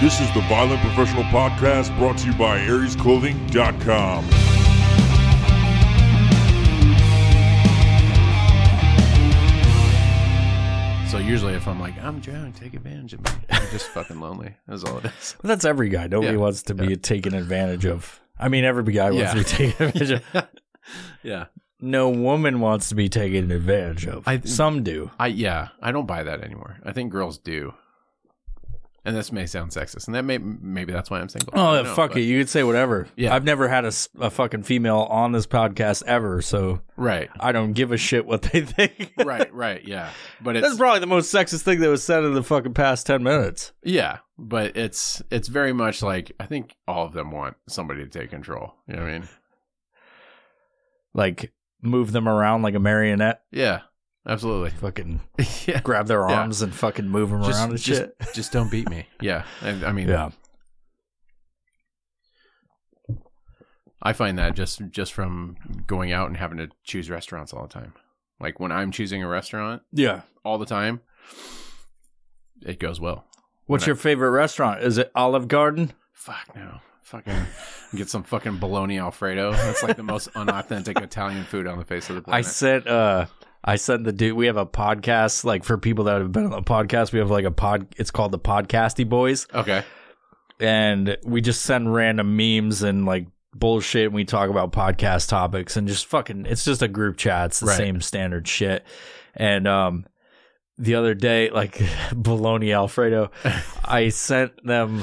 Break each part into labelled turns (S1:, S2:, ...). S1: This is the Violent Professional Podcast brought to you by AriesClothing.com.
S2: So usually, if I'm like, I'm drowning, take advantage of me. I'm just fucking lonely. That's all it is.
S3: Well, that's every guy. Nobody
S2: Yeah.
S3: wants to be taken advantage of. I mean, every guy wants
S2: Yeah.
S3: to be taken advantage of.
S2: Yeah.
S3: No woman wants to be taken advantage of.
S2: I-
S3: Some do.
S2: I yeah. I don't buy that anymore. I think girls do. And this may sound sexist, and that may maybe that's why I'm single. I
S3: Oh,
S2: don't know,
S3: fuck
S2: but-
S3: it. You could say whatever.
S2: Yeah.
S3: I've never had a, s- a fucking female on this podcast ever, so
S2: Right.
S3: I don't give a shit what they think.
S2: Right. Right. Yeah. But it's
S3: That's probably the most sexist thing that was said in the fucking past 10 minutes.
S2: yeah. But it's it's very much like I think all of them want somebody to take control. You know what I mean?
S3: Like, move them around like a marionette.
S2: Yeah. Absolutely.
S3: Fucking
S2: Yeah.
S3: grab their
S2: Yeah.
S3: arms and fucking move them around and
S2: just,
S3: shit.
S2: just don't beat me. Yeah. I, I mean,
S3: Yeah.
S2: I find that just just from going out and having to choose restaurants all the time. Like when I'm choosing a restaurant
S3: Yeah.
S2: all the time, it goes well.
S3: What's your favorite restaurant? Is it Olive Garden?
S2: Fuck no. Fucking get some fucking bologna alfredo. That's like the most unauthentic Italian food on the face of the
S3: I
S2: planet.
S3: sent uh I sent the dude we have a podcast like for people that have been on the podcast, we have like a pod it's called the Podcasty Boys
S2: okay.
S3: and we just send random memes and like bullshit and we talk about podcast topics and just fucking it's just a group chat. It's the
S2: Right.
S3: same standard shit. And um the other day, like bologna Alfredo, I sent them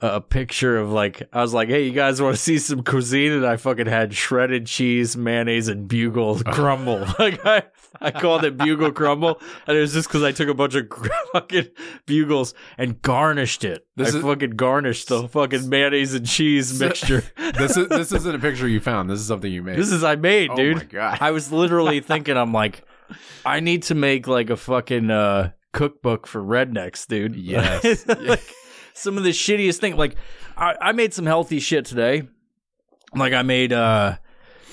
S3: a picture of like I was like, "Hey, you guys want to see some cuisine?" And I fucking had shredded cheese, mayonnaise, and bugle crumble. like I, I called it bugle crumble, and it was just because I took a bunch of fucking bugles and garnished it.
S2: This
S3: I
S2: is-
S3: fucking garnished the fucking mayonnaise and cheese mixture.
S2: This is this isn't a picture you found. This is something you made.
S3: this is I made,
S2: oh
S3: dude.
S2: my god.
S3: I was literally thinking, I'm like, I need to make like a fucking uh, cookbook for rednecks, dude.
S2: Yes.
S3: Like, some of the shittiest thing. Like, I, I made some healthy shit today. Like, I made uh,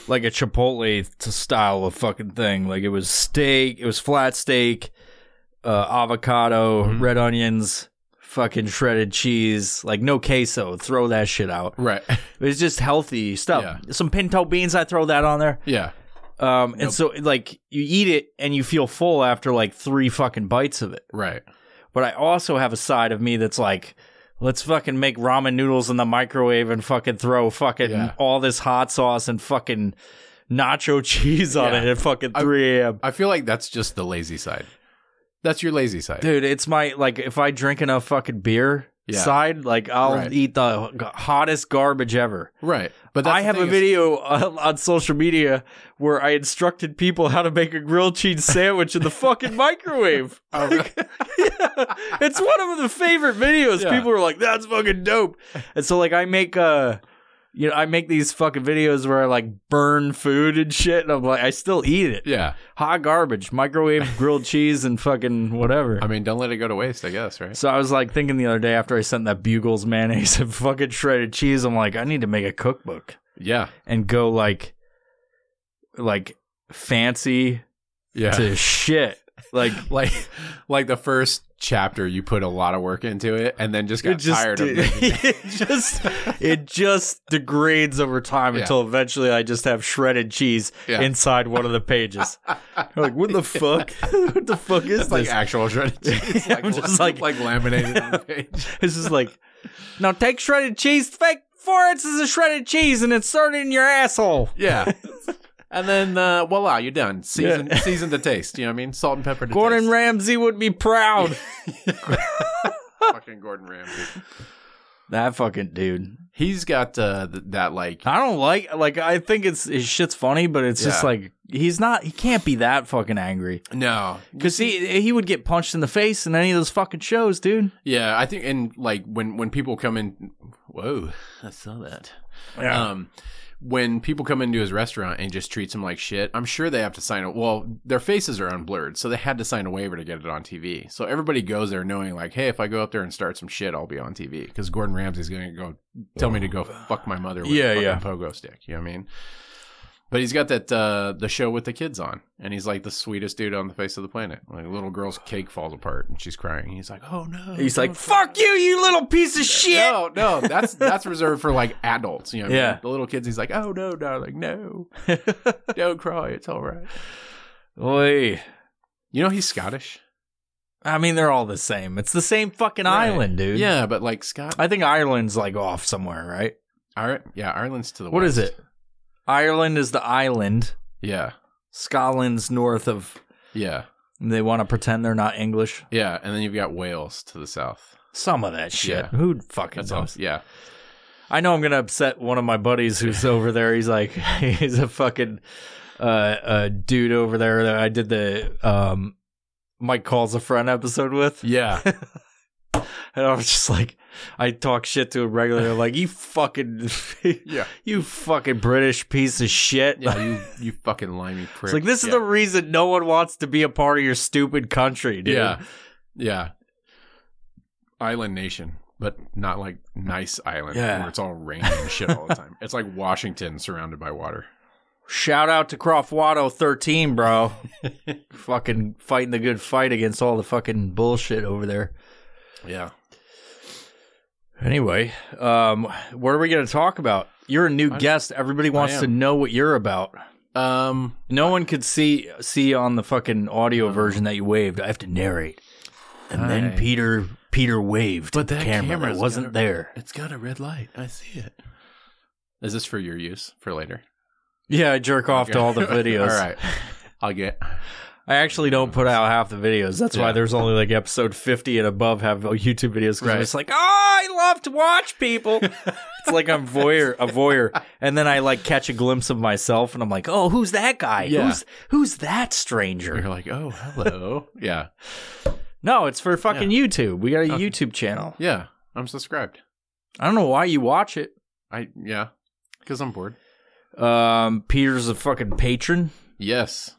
S3: like a Chipotle t- style of fucking thing. Like, it was steak, it was flat steak, uh, avocado,
S2: Mhm.
S3: red onions, fucking shredded cheese. Like, no queso. Throw that shit out.
S2: right.
S3: It was just healthy stuff.
S2: Yeah.
S3: Some pinto beans, I throw that on there.
S2: Yeah.
S3: Um, and
S2: Nope.
S3: so like you eat it and you feel full after like three fucking bites of it.
S2: Right.
S3: But I also have a side of me that's like, let's fucking make ramen noodles in the microwave and fucking throw fucking
S2: Yeah.
S3: all this hot sauce and fucking nacho cheese on
S2: Yeah.
S3: it at fucking
S2: I-
S3: 3 a.m.
S2: I feel like that's just the lazy side. That's your lazy side.
S3: Dude, it's my like if I drink enough fucking beer
S2: Yeah.
S3: side, like I'll
S2: Right.
S3: eat the g- hottest garbage ever.
S2: Right. But that's
S3: I
S2: the
S3: have a
S2: thing is-
S3: video on, on social media where I instructed people how to make a grilled cheese sandwich in the fucking microwave.
S2: Oh, really?
S3: yeah. It's one of the favorite videos.
S2: Yeah.
S3: People are like, "That's fucking dope." And so, like, I make uh, you know, I make these fucking videos where I like burn food and shit, and I'm like, I still eat it.
S2: Yeah.
S3: Hot garbage, microwave grilled cheese, and fucking whatever.
S2: I mean, don't let it go to waste, I guess, right?
S3: So I was like thinking the other day after I sent that bugles mayonnaise and fucking shredded cheese, I'm like, I need to make a cookbook
S2: Yeah.
S3: and go like like fancy
S2: Yeah.
S3: to shit. Like
S2: like like the first chapter you put a lot of work into it and then just
S3: it
S2: got
S3: just
S2: tired of making it.
S3: it just it just degrades over time
S2: Yeah.
S3: until eventually I just have shredded cheese
S2: Yeah.
S3: inside one of the pages. like what the fuck? what the fuck is
S2: It's like
S3: this?
S2: actual shredded cheese. Like,
S3: I'm just like-
S2: like laminated on the page.
S3: it's just like now take shredded cheese, fake four ounces of shredded cheese and insert it in your asshole.
S2: Yeah. And then uh, voila, you're done. Season season to taste. You know what I mean? Salt and pepper to
S3: Gordon
S2: taste.
S3: Ramsay would be proud.
S2: Fucking Gordon Ramsay.
S3: that fucking dude.
S2: He's got uh, th- that like
S3: I don't like like I think it's his shit's funny, but it's just
S2: Yeah.
S3: like he's not he can't be that fucking angry
S2: no.
S3: because he he would get punched in the face in any of those fucking shows, dude.
S2: Yeah, I think and like when when people come in whoa, I saw that. Um, when people come into his restaurant and he just treats him like shit, I'm sure they have to sign a well, their faces are unblurred, so they had to sign a waiver to get it on TV. So everybody goes there knowing like, hey, if I go up there and start some shit, I'll be on TV because Gordon Ramsay's gonna go tell me to go fuck my mother with
S3: Yeah,
S2: a fucking
S3: yeah.
S2: pogo stick. You know what I mean? But he's got that uh, the show with the kids on, and he's like the sweetest dude on the face of the planet. Like a little girl's cake falls apart, and she's crying. He's like, "Oh no!"
S3: He's like,
S2: don't-
S3: "Fuck you, you little piece of shit."
S2: "No, no, that's that's reserved for like adults." You know, what I mean?
S3: Yeah.
S2: the little kids. He's like, "Oh no, darling, no, don't cry, it's all right."
S3: Oy.
S2: You know, he's Scottish.
S3: I mean, they're all the same. It's the same fucking
S2: Right.
S3: island, dude.
S2: Yeah, but like Scott,
S3: I think Ireland's like off somewhere, right?
S2: Ir- yeah, Ireland's to the
S3: What is
S2: west.
S3: it? Ireland is the island.
S2: Yeah,
S3: Scotland's north of.
S2: yeah,
S3: They want to pretend they're not English.
S2: yeah, and then you've got Wales to the south.
S3: Some of that shit.
S2: Yeah.
S3: Who fucking
S2: That's
S3: knows?
S2: awesome. Yeah,
S3: I know I'm gonna upset one of my buddies who's over there. He's like, he's a fucking uh, uh, dude over there that I did the um, Mike calls a friend episode with,
S2: yeah.
S3: and I was just like, I talk shit to him regularly, like you fucking,
S2: Yeah.
S3: you fucking British piece of shit.
S2: Yeah, you you fucking limey prick.
S3: it's like this is
S2: Yeah.
S3: the reason no one wants to be a part of your stupid country, dude.
S2: yeah, yeah. Island nation, but not like nice island
S3: Yeah.
S2: where it's all rain and shit all the time. It's like Washington surrounded by water.
S3: Shout out to Croft Watto 13, bro. fucking fighting the good fight against all the fucking bullshit over there.
S2: Yeah.
S3: Anyway, um, what are we going to talk about? You're a new
S2: I-
S3: guest. Everybody wants
S2: am.
S3: to know what you're about.
S2: Um.
S3: No one could see see on the fucking audio version that you waved. I have to narrate, and
S2: Uh-huh. Hi.
S3: then Peter Peter waved.
S2: But that camera's
S3: that wasn't
S2: got a-
S3: there.
S2: It's got a red light. I see it. Is this for your use for later?
S3: Yeah, I jerk off to all the videos.
S2: all right. I'll get.
S3: I actually don't put out half the videos. That's
S2: Yeah.
S3: why there's only like episode 50 and above have YouTube videos. Cause
S2: Right.
S3: I'm just like, oh, I love to watch people. it's like I'm voyeur, a voyeur. And then I like catch a glimpse of myself and I'm like, oh, who's that guy?
S2: Yeah.
S3: Who's, who's that
S2: You're
S3: stranger?
S2: like, oh, hello. yeah.
S3: No, it's for fucking YouTube. We got a YouTube channel.
S2: Yeah. I'm subscribed.
S3: I don't know why you watch it.
S2: I yeah. Because I'm bored.
S3: Um, Peter's a fucking patron.
S2: Yes.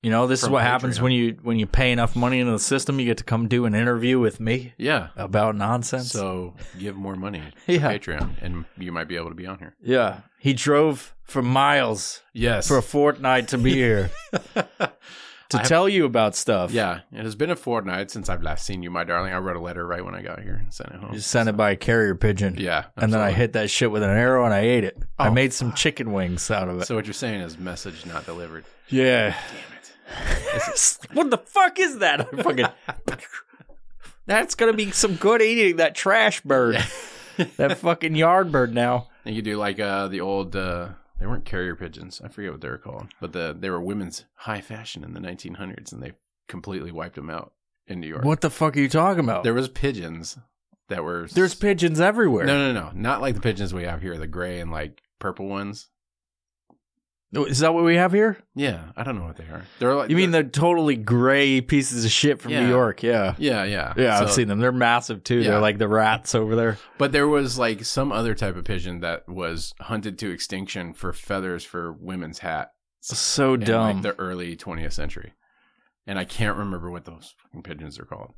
S3: You know, this
S2: From
S3: is what happens
S2: Patreon.
S3: when you when you pay enough money into the system, you get to come do an interview with me
S2: Yeah.
S3: about nonsense.
S2: So give more money to
S3: Yeah.
S2: Patreon, and you might be able to be on here.
S3: Yeah. He drove for miles
S2: Yes.
S3: for a fortnight to be here to tell you about stuff.
S2: yeah, it has been a fortnight since I've last seen you, my darling. I wrote a letter right when I got here and sent it home.
S3: You sent it by a carrier pigeon.
S2: yeah,
S3: And then I
S2: absolutely.
S3: hit that shit with an arrow and I ate it. I
S2: Oh,
S3: made some chicken wings out of it.
S2: So what you're saying is message not delivered.
S3: yeah. what the fuck is that? I fucking. That's going to be some good eating, that trash bird. that fucking yard bird now.
S2: And you could do like uh, the old. Uh, they weren't carrier pigeons. I forget what they were called, but the they were women's high fashion in the 1900s, and they completely wiped them out in New York.
S3: What the fuck are you talking about?
S2: There was pigeons that were s-
S3: There's pigeons everywhere.
S2: no no no not like the pigeons we have here, the gray and like purple ones.
S3: Is that what we have here?
S2: Yeah, I don't know what they are. They're like
S3: You mean
S2: they're-
S3: the totally gray pieces of shit from
S2: Yeah.
S3: New York? Yeah.
S2: Yeah, yeah,
S3: Yeah, I've
S2: So-
S3: seen them. They're massive too.
S2: Yeah.
S3: They're like the rats over there.
S2: But there was like some other type of pigeon that was hunted to extinction for feathers for women's hat
S3: So
S2: in
S3: dumb.
S2: like the early 20th century. And I can't remember what those fucking pigeons are called.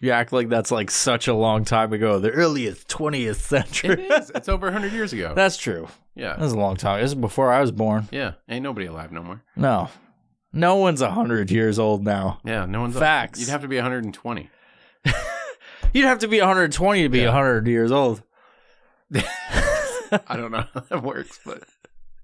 S3: you act like that's like such a long time ago. The earliest 20th
S2: It
S3: century.
S2: is. It's over 100 years ago.
S3: that's true. That
S2: yeah.
S3: was a long time. This is before I was born.
S2: Yeah. Ain't nobody alive no more.
S3: No. No one's 100 years old now.
S2: Yeah. No one's
S3: Facts.
S2: You'd have to be 120.
S3: You'd have to be 120 to be
S2: Yeah.
S3: 100 years old.
S2: I don't know how that works, but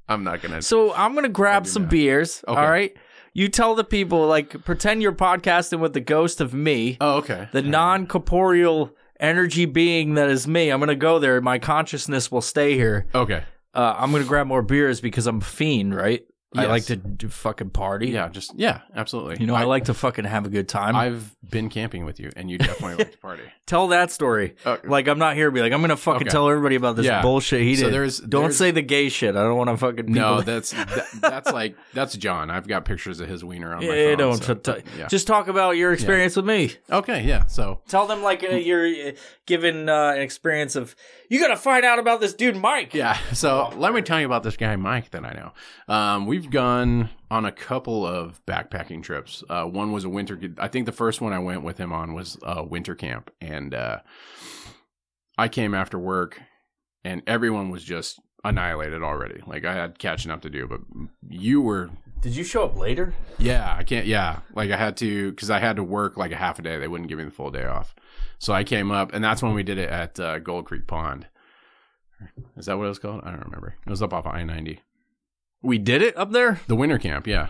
S2: I'm not going to.
S3: So I'm going to grab
S2: do
S3: some
S2: math.
S3: beers.
S2: Okay.
S3: All right. You tell the people, like, pretend you're podcasting with the ghost of me.
S2: oh, okay.
S3: the non corporeal energy being that is me. I'm gonna go there. My consciousness will stay here.
S2: Okay.
S3: Uh, I'm gonna grab more beers because I'm a fiend, right? I
S2: Yes.
S3: like to do fucking party.
S2: Yeah. Just, yeah, absolutely.
S3: You know, I, like to fucking have a good time.
S2: I've been camping with you, and you definitely like to party.
S3: tell that story.
S2: Uh,
S3: Like I'm not here to be like I'm gonna fucking
S2: Okay.
S3: tell everybody about this
S2: Yeah.
S3: bullshit he did.
S2: So there's-
S3: don't
S2: there's-
S3: say the gay shit. I don't want to fucking people
S2: No,
S3: that-
S2: that's that, that's like that's John. I've got pictures of his wiener on my
S3: Yeah,
S2: phone.
S3: don't
S2: so-
S3: t- t-
S2: yeah. Mm.
S3: just talk about your experience with me.
S2: okay, yeah. So
S3: Tell them like uh, you're uh, given uh, an experience of you got to find out about this dude Mike.
S2: yeah, so let me tell you about this guy Mike that I know. Um, we've gone on a couple of backpacking trips. Uh, one was a winter. I think the first one I went with him on was uh, winter camp, and uh, I came after work, and everyone was just annihilated already. Like I had catching up to do, but you were
S3: Did you show up later?
S2: yeah, I can't. Yeah, like I had to because I had to work like a half a day. They wouldn't give me the full day off, so I came up, and that's when we did it at uh, Gold Creek Pond. Is that what it was called? I don't remember. It was up off I ninety.
S3: We did it up there.
S2: The winter camp, yeah.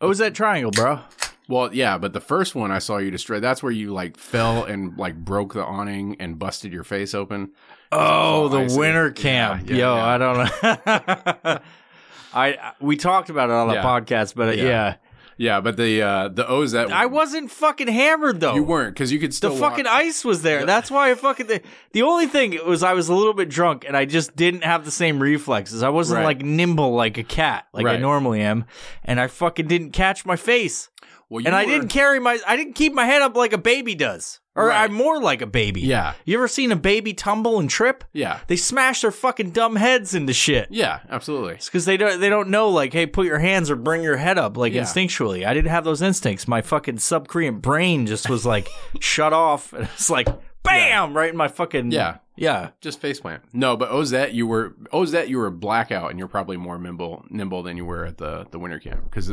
S3: Oh, it was that triangle, bro?
S2: Well, yeah, but the first one I saw you destroy. That's where you like fell and like broke the awning and busted your face open.
S3: Oh,
S2: all
S3: the
S2: icy.
S3: winter camp.
S2: yeah,
S3: Yo,
S2: yeah.
S3: I don't know. I we talked about it on the
S2: Yeah.
S3: podcast, but uh,
S2: Yeah.
S3: yeah.
S2: Yeah, but the uh the O's that
S3: I wasn't fucking hammered though.
S2: you weren't because you could still
S3: The fucking
S2: walk-
S3: ice was there. That's why I fucking. The, the only thing was I was a little bit drunk and I just didn't have the same reflexes. I wasn't
S2: Right.
S3: like nimble like a cat like I
S2: Right.
S3: normally am, and I fucking didn't catch my face.
S2: well, you
S3: and I
S2: were-
S3: didn't carry my. I didn't keep my head up like a baby does, or
S2: Right.
S3: I'm more like a baby.
S2: Yeah.
S3: You ever seen a baby tumble and trip?
S2: Yeah,
S3: They smash their fucking dumb heads into shit.
S2: yeah, absolutely.
S3: It's because they don't they don't know like hey put your hands or bring your head up like
S2: Yeah.
S3: instinctually. I didn't have those instincts. My fucking subcreant brain just was like shut off and it's like bam right in my fucking
S2: Yeah.
S3: yeah
S2: Just faceplant. No, but Ozette, you were Ozette, you were blackout, and you're probably more nimble, nimble than you were at the the winter camp. Because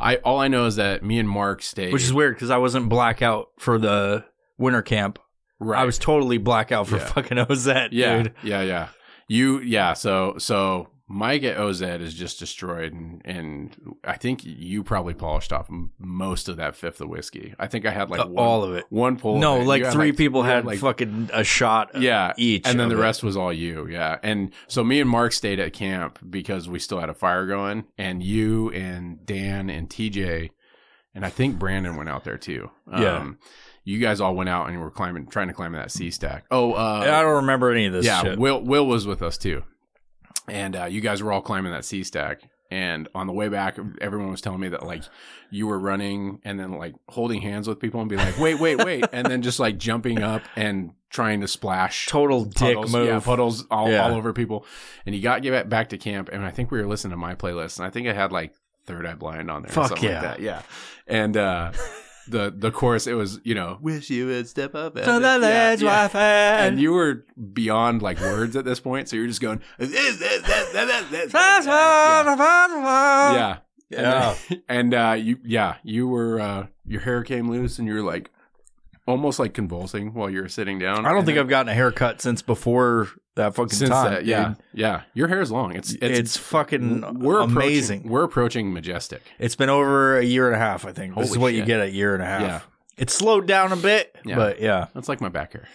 S2: I all I know is that me and Mark stayed.
S3: which is weird because I wasn't blackout for the winter camp.
S2: right.
S3: I was totally blackout for
S2: Yeah.
S3: fucking Ozette,
S2: yeah,
S3: dude.
S2: yeah, yeah. You yeah. So so Mike at Ozette is just destroyed, and and I think you probably polished off m- most of that fifth of whiskey. I think I had like
S3: Uh,
S2: one-
S3: all of it.
S2: One pull.
S3: No,
S2: of it.
S3: like
S2: You had,
S3: three people
S2: you
S3: had fucking a shot
S2: yeah
S3: each,
S2: and then
S3: of
S2: the
S3: it.
S2: rest was all you yeah and so me and mark stayed at camp because we still had a fire going and you and dan and tj and i think brandon went out there too Um,
S3: Yeah.
S2: you guys all went out and were climbing trying to climb that sea stack oh uh
S3: I don't remember any of this
S2: yeah
S3: shit.
S2: will will was with us too and uh you guys were all climbing that sea stack and on the way back everyone was telling me that like you were running and then like holding hands with people and be like wait wait wait and then just like jumping up and trying to splash
S3: Total dick
S2: puddles,
S3: move.
S2: yeah, puddles all,
S3: Yeah.
S2: all over people. And he got get back to camp, and I think we were listening to my playlist, and I think I had like Third Eye Blind on there. or
S3: Fuck
S2: something
S3: yeah.
S2: like that. yeah. And uh, the the chorus, it was you know, wish you would step up and-"
S3: To the
S2: Yeah,
S3: ledge,
S2: yeah.
S3: my friend.
S2: And you were beyond like words at this point, so you're just going. yeah.
S3: yeah.
S2: Yeah. And, and uh, you, yeah, you were uh, your hair came loose, and you were like almost like convulsing while you were sitting down.
S3: I don't
S2: And
S3: think
S2: then-
S3: I've gotten a haircut since before that fucking
S2: since
S3: time.
S2: that, yeah,
S3: dude.
S2: yeah. Your hair is long. It's
S3: It's,
S2: it's,
S3: fucking
S2: we're approaching-
S3: amazing.
S2: We're approaching majestic.
S3: It's been over a year and a half, I think. this is
S2: Holy
S3: what you
S2: shit.
S3: get a year and a half.
S2: Yeah.
S3: It slowed down a bit,
S2: Yeah.
S3: but yeah.
S2: That's like my back hair.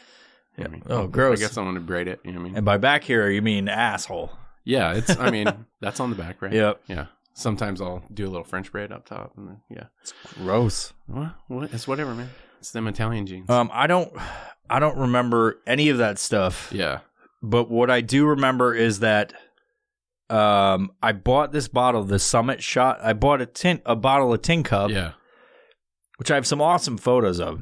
S2: Yeah. I mean,
S3: Oh, gross.
S2: I guess I'm gonna braid it. You know what I mean?
S3: And by back here, you mean asshole.
S2: yeah. It's. I mean, that's on the back, right?
S3: Yep.
S2: Yeah. Sometimes I'll do a little French braid up top, and then, yeah.
S3: Gross.
S2: Well, what? It's whatever, man. It's them Italian jeans.
S3: Um, I don't, I don't remember any of that stuff.
S2: yeah.
S3: But what I do remember is that, um, I bought this bottle, the Summit Shot. I bought a tin, a bottle of Tin Cup.
S2: yeah.
S3: which I have some awesome photos of.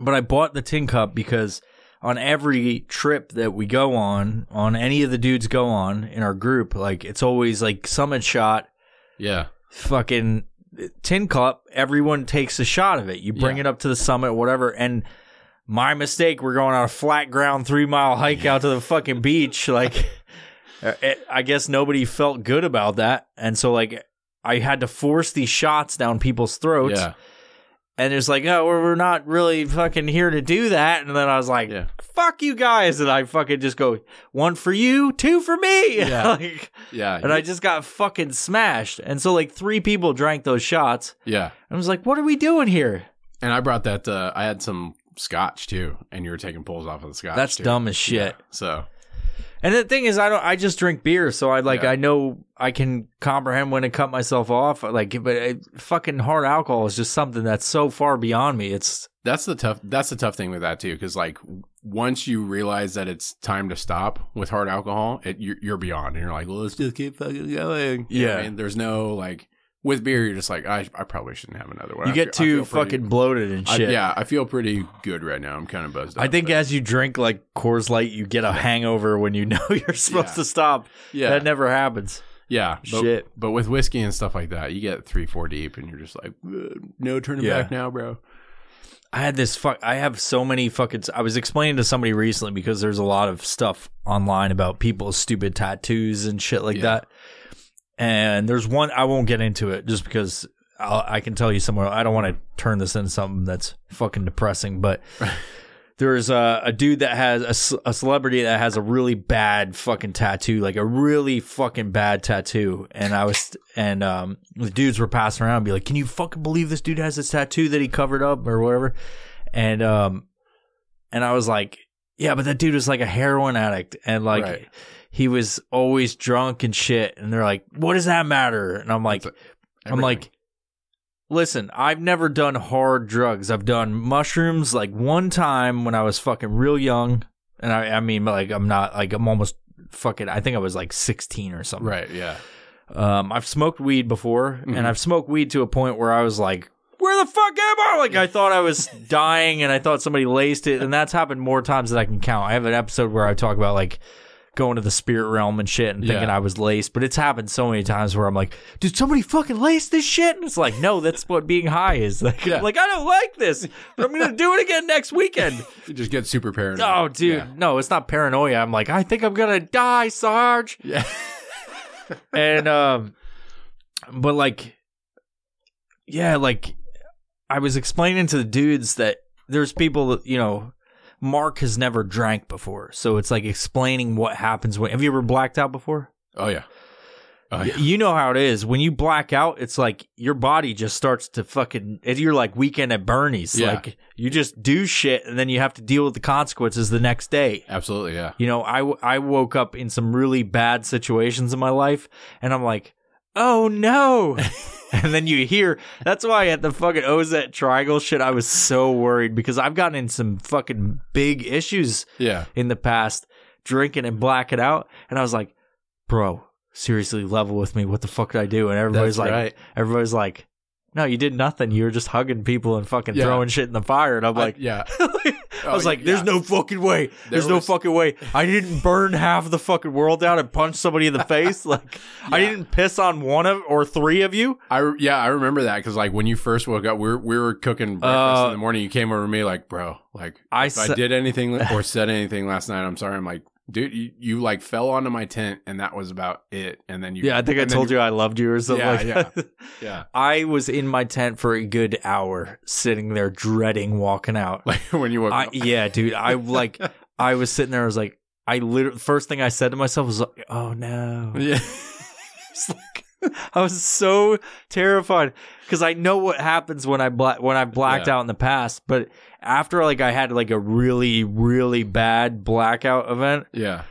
S3: But I bought the tin cup because on every trip that we go on, on any of the dudes go on in our group, like it's always like summit shot,
S2: Yeah.
S3: fucking tin cup. Everyone takes a shot of it. You bring
S2: Yeah.
S3: it up to the summit, whatever. And my mistake, we're going on a flat ground three mile hike out to the fucking beach. Like, uh, it, I guess nobody felt good about that. And so, like, I had to force these shots down people's throats
S2: Yeah.
S3: and it's like, oh, we're, we're not really fucking here to do that. And then I was like,
S2: Yeah.
S3: fuck you guys, and I fucking just go one for you, two for me,
S2: Yeah.
S3: Like,
S2: Yeah.
S3: and I just got fucking smashed. And so like three people drank those shots.
S2: yeah.
S3: I was like, what are we doing here?
S2: And I brought that. Uh, I had some scotch too, and you were taking pulls off of the scotch.
S3: That's
S2: too.
S3: dumb as shit.
S2: So
S3: And the thing is, I don't. I just drink beer, so I like.
S2: Yeah.
S3: I know I can comprehend when to cut myself off. Like, but it, fucking hard alcohol is just something that's so far beyond me. It's
S2: That's the tough. That's the tough thing with that too, because like w- once you realize that it's time to stop with hard alcohol, it, you're, you're beyond, and you're like, well, let's just keep fucking going. You know what I
S3: Yeah.
S2: mean? there's no like with beer, you're just like, I, I probably shouldn't have another one.
S3: you
S2: I
S3: get
S2: feel- I
S3: too
S2: feel pretty-
S3: fucking bloated and
S2: I-
S3: shit.
S2: yeah, I feel pretty good right now. I'm kind of buzzed.
S3: I
S2: up,
S3: think
S2: but-
S3: as you drink like Coors Light, you get a hangover when you know you're supposed
S2: Yeah.
S3: to stop.
S2: yeah,
S3: That never happens.
S2: yeah, but,
S3: Shit.
S2: But with whiskey and stuff like that, you get three, four deep, and you're just like, "Uh, no turning
S3: Yeah.
S2: back now, bro.
S3: I had this fuck. I have so many fucking. I was explaining to somebody recently because there's a lot of stuff online about people's stupid tattoos and shit like
S2: Yeah.
S3: that. And there's one I won't get into it just because I'll, I can tell you somewhere. I don't want to turn this into something that's fucking depressing, but. There's a, a dude that has a ce- a, celebrity that has a really bad fucking tattoo, like a really fucking bad tattoo. And I was, and um, the dudes were passing around, and be like, "Can you fucking believe this dude has this tattoo that he covered up or whatever?" And um, and I was like, "Yeah, but that dude was like a heroin addict, and like
S2: Right.
S3: he was always drunk and shit." And they're like, "What does that matter?" And I'm like, I'm like, listen, I've never done hard drugs. I've done mushrooms like one time when I was fucking real young. And I, I mean, like, I'm not, like, I'm almost fucking, I think I was like 16 or something.
S2: right, yeah,
S3: Um, I've smoked weed before,
S2: Mhm.
S3: and I've smoked weed to a point where I was like, where the fuck am I? Like, I thought I was dying, and I thought somebody laced it, and that's happened more times than I can count. I have an episode where I talk about like going to the spirit realm and shit, and thinking
S2: Yeah.
S3: I was laced, but it's happened so many times where I'm like, did somebody fucking lace this shit? And it's like, no, that's what being high is. Like,
S2: Yeah.
S3: I'm like I don't like this, but I'm gonna do it again next weekend.
S2: you just get super paranoid.
S3: oh, dude,
S2: Yeah.
S3: no, it's not paranoia. I'm like, I think I'm gonna die, Sarge
S2: yeah.
S3: and um but like yeah like i was explaining to the dudes that there's people that you know mark has never drank before so it's like explaining what happens when have you ever blacked out before
S2: Oh yeah. Oh,
S3: Y-
S2: yeah.
S3: you know how it is when you black out it's like your body just starts to fucking it- you're like weekend at bernie's
S2: Yeah.
S3: like you just do shit and then you have to deal with the consequences the next day
S2: Absolutely. Yeah.
S3: you know, I, w- I woke up in some really bad situations in my life and I'm like, oh no. and then you hear, that's why at the fucking Ozette Triangle shit, I was so worried because I've gotten in some fucking big issues
S2: Yeah.
S3: in the past drinking and blacking out. And I was like, bro, seriously, level with me. What the fuck did I do? And everybody's
S2: That's
S3: like,
S2: right.
S3: everybody's like, no, you did nothing. You were just hugging people and fucking
S2: Yeah.
S3: throwing shit in the fire. And I'm like,
S2: I, yeah.
S3: I was
S2: Oh,
S3: like, "There's
S2: yeah.
S3: no fucking way. There's
S2: There
S3: no
S2: was-
S3: fucking way. I didn't burn half the fucking world out and punch somebody in the face. Like, I
S2: Yeah.
S3: didn't piss on one of or three of you.
S2: I re- yeah, I remember that because like when you first woke up, we were, we were cooking breakfast
S3: Uh,
S2: in the morning. You came over to me like, bro, like
S3: I
S2: if I
S3: sa-
S2: did anything or said anything last night, I'm sorry. I'm like, dude, you, you like fell onto my tent and that was about it. And then you
S3: yeah, I think I
S2: and then
S3: told you I loved you or something.
S2: Yeah,
S3: like that.
S2: yeah,
S3: I was in my tent for a good hour, sitting there dreading walking out.
S2: like when you woke
S3: I, e
S2: up.
S3: yeah, dude. I like. I was sitting there. I was like, I literally first thing I said to myself was, like, "Oh no."
S2: Yeah,
S3: It's like I was so terrified because I know what happens when I bla- when I blacked
S2: Yeah.
S3: out in the past, but after like I had like a really really bad blackout event,
S2: yeah,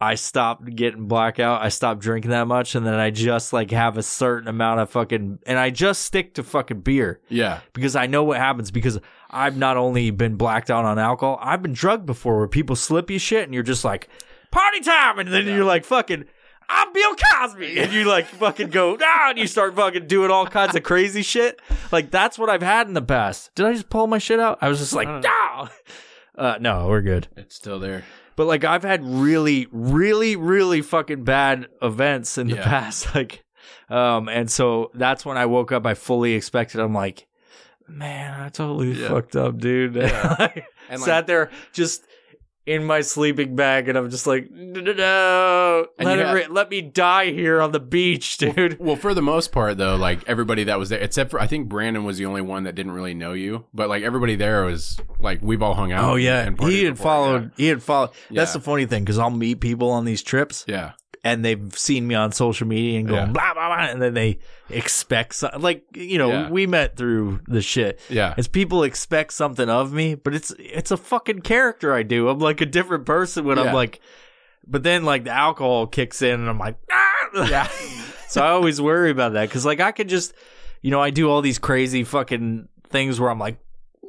S3: I stopped getting blackout. I stopped drinking that much, and then I just like have a certain amount of fucking, and I just stick to fucking beer
S2: yeah,
S3: because I know what happens because I've not only been blacked out on alcohol, I've been drugged before where people slip you shit and you're just like, party time. And then you're like, fucking, I'm Bill Cosby. And you like fucking go, ah, and you start fucking doing all kinds of crazy shit. Like that's what I've had in the past. Did I just pull my shit out? I was just like, ah. Uh, no, we're good.
S2: it's still there.
S3: But like I've had really, really, really fucking bad events in the
S2: Yeah.
S3: past. Like um and so that's when I woke up, I fully expected I'm like, man, I totally
S2: Yeah.
S3: fucked up, dude.
S2: And like,
S3: sat there just in my sleeping bag and I'm just like, no, no, no.
S2: And
S3: Let,
S2: you
S3: it
S2: had-
S3: ri- let me die here on the beach, dude.
S2: well, for the most part though, like everybody that was there, except for I think Brandon was the only one that didn't really know you, but like everybody there was like we've all hung out.
S3: Oh yeah,
S2: and partied
S3: he had
S2: before,
S3: followed. He had followed. That's
S2: Yeah.
S3: the funny thing because I'll meet people on these trips,
S2: Yeah. yeah.
S3: and they've seen me on social media and going
S2: Yeah.
S3: blah blah blah, and then they expect some, like you know
S2: Yeah.
S3: we met through the shit.
S2: Yeah.
S3: It's people expect something of me, but it's it's a fucking character I do. I'm like a different person when
S2: Yeah.
S3: I'm like, but then like the alcohol kicks in and I'm like, ah!
S2: Yeah.
S3: so I always worry about that because like I could just, you know, I do all these crazy fucking things where I'm like,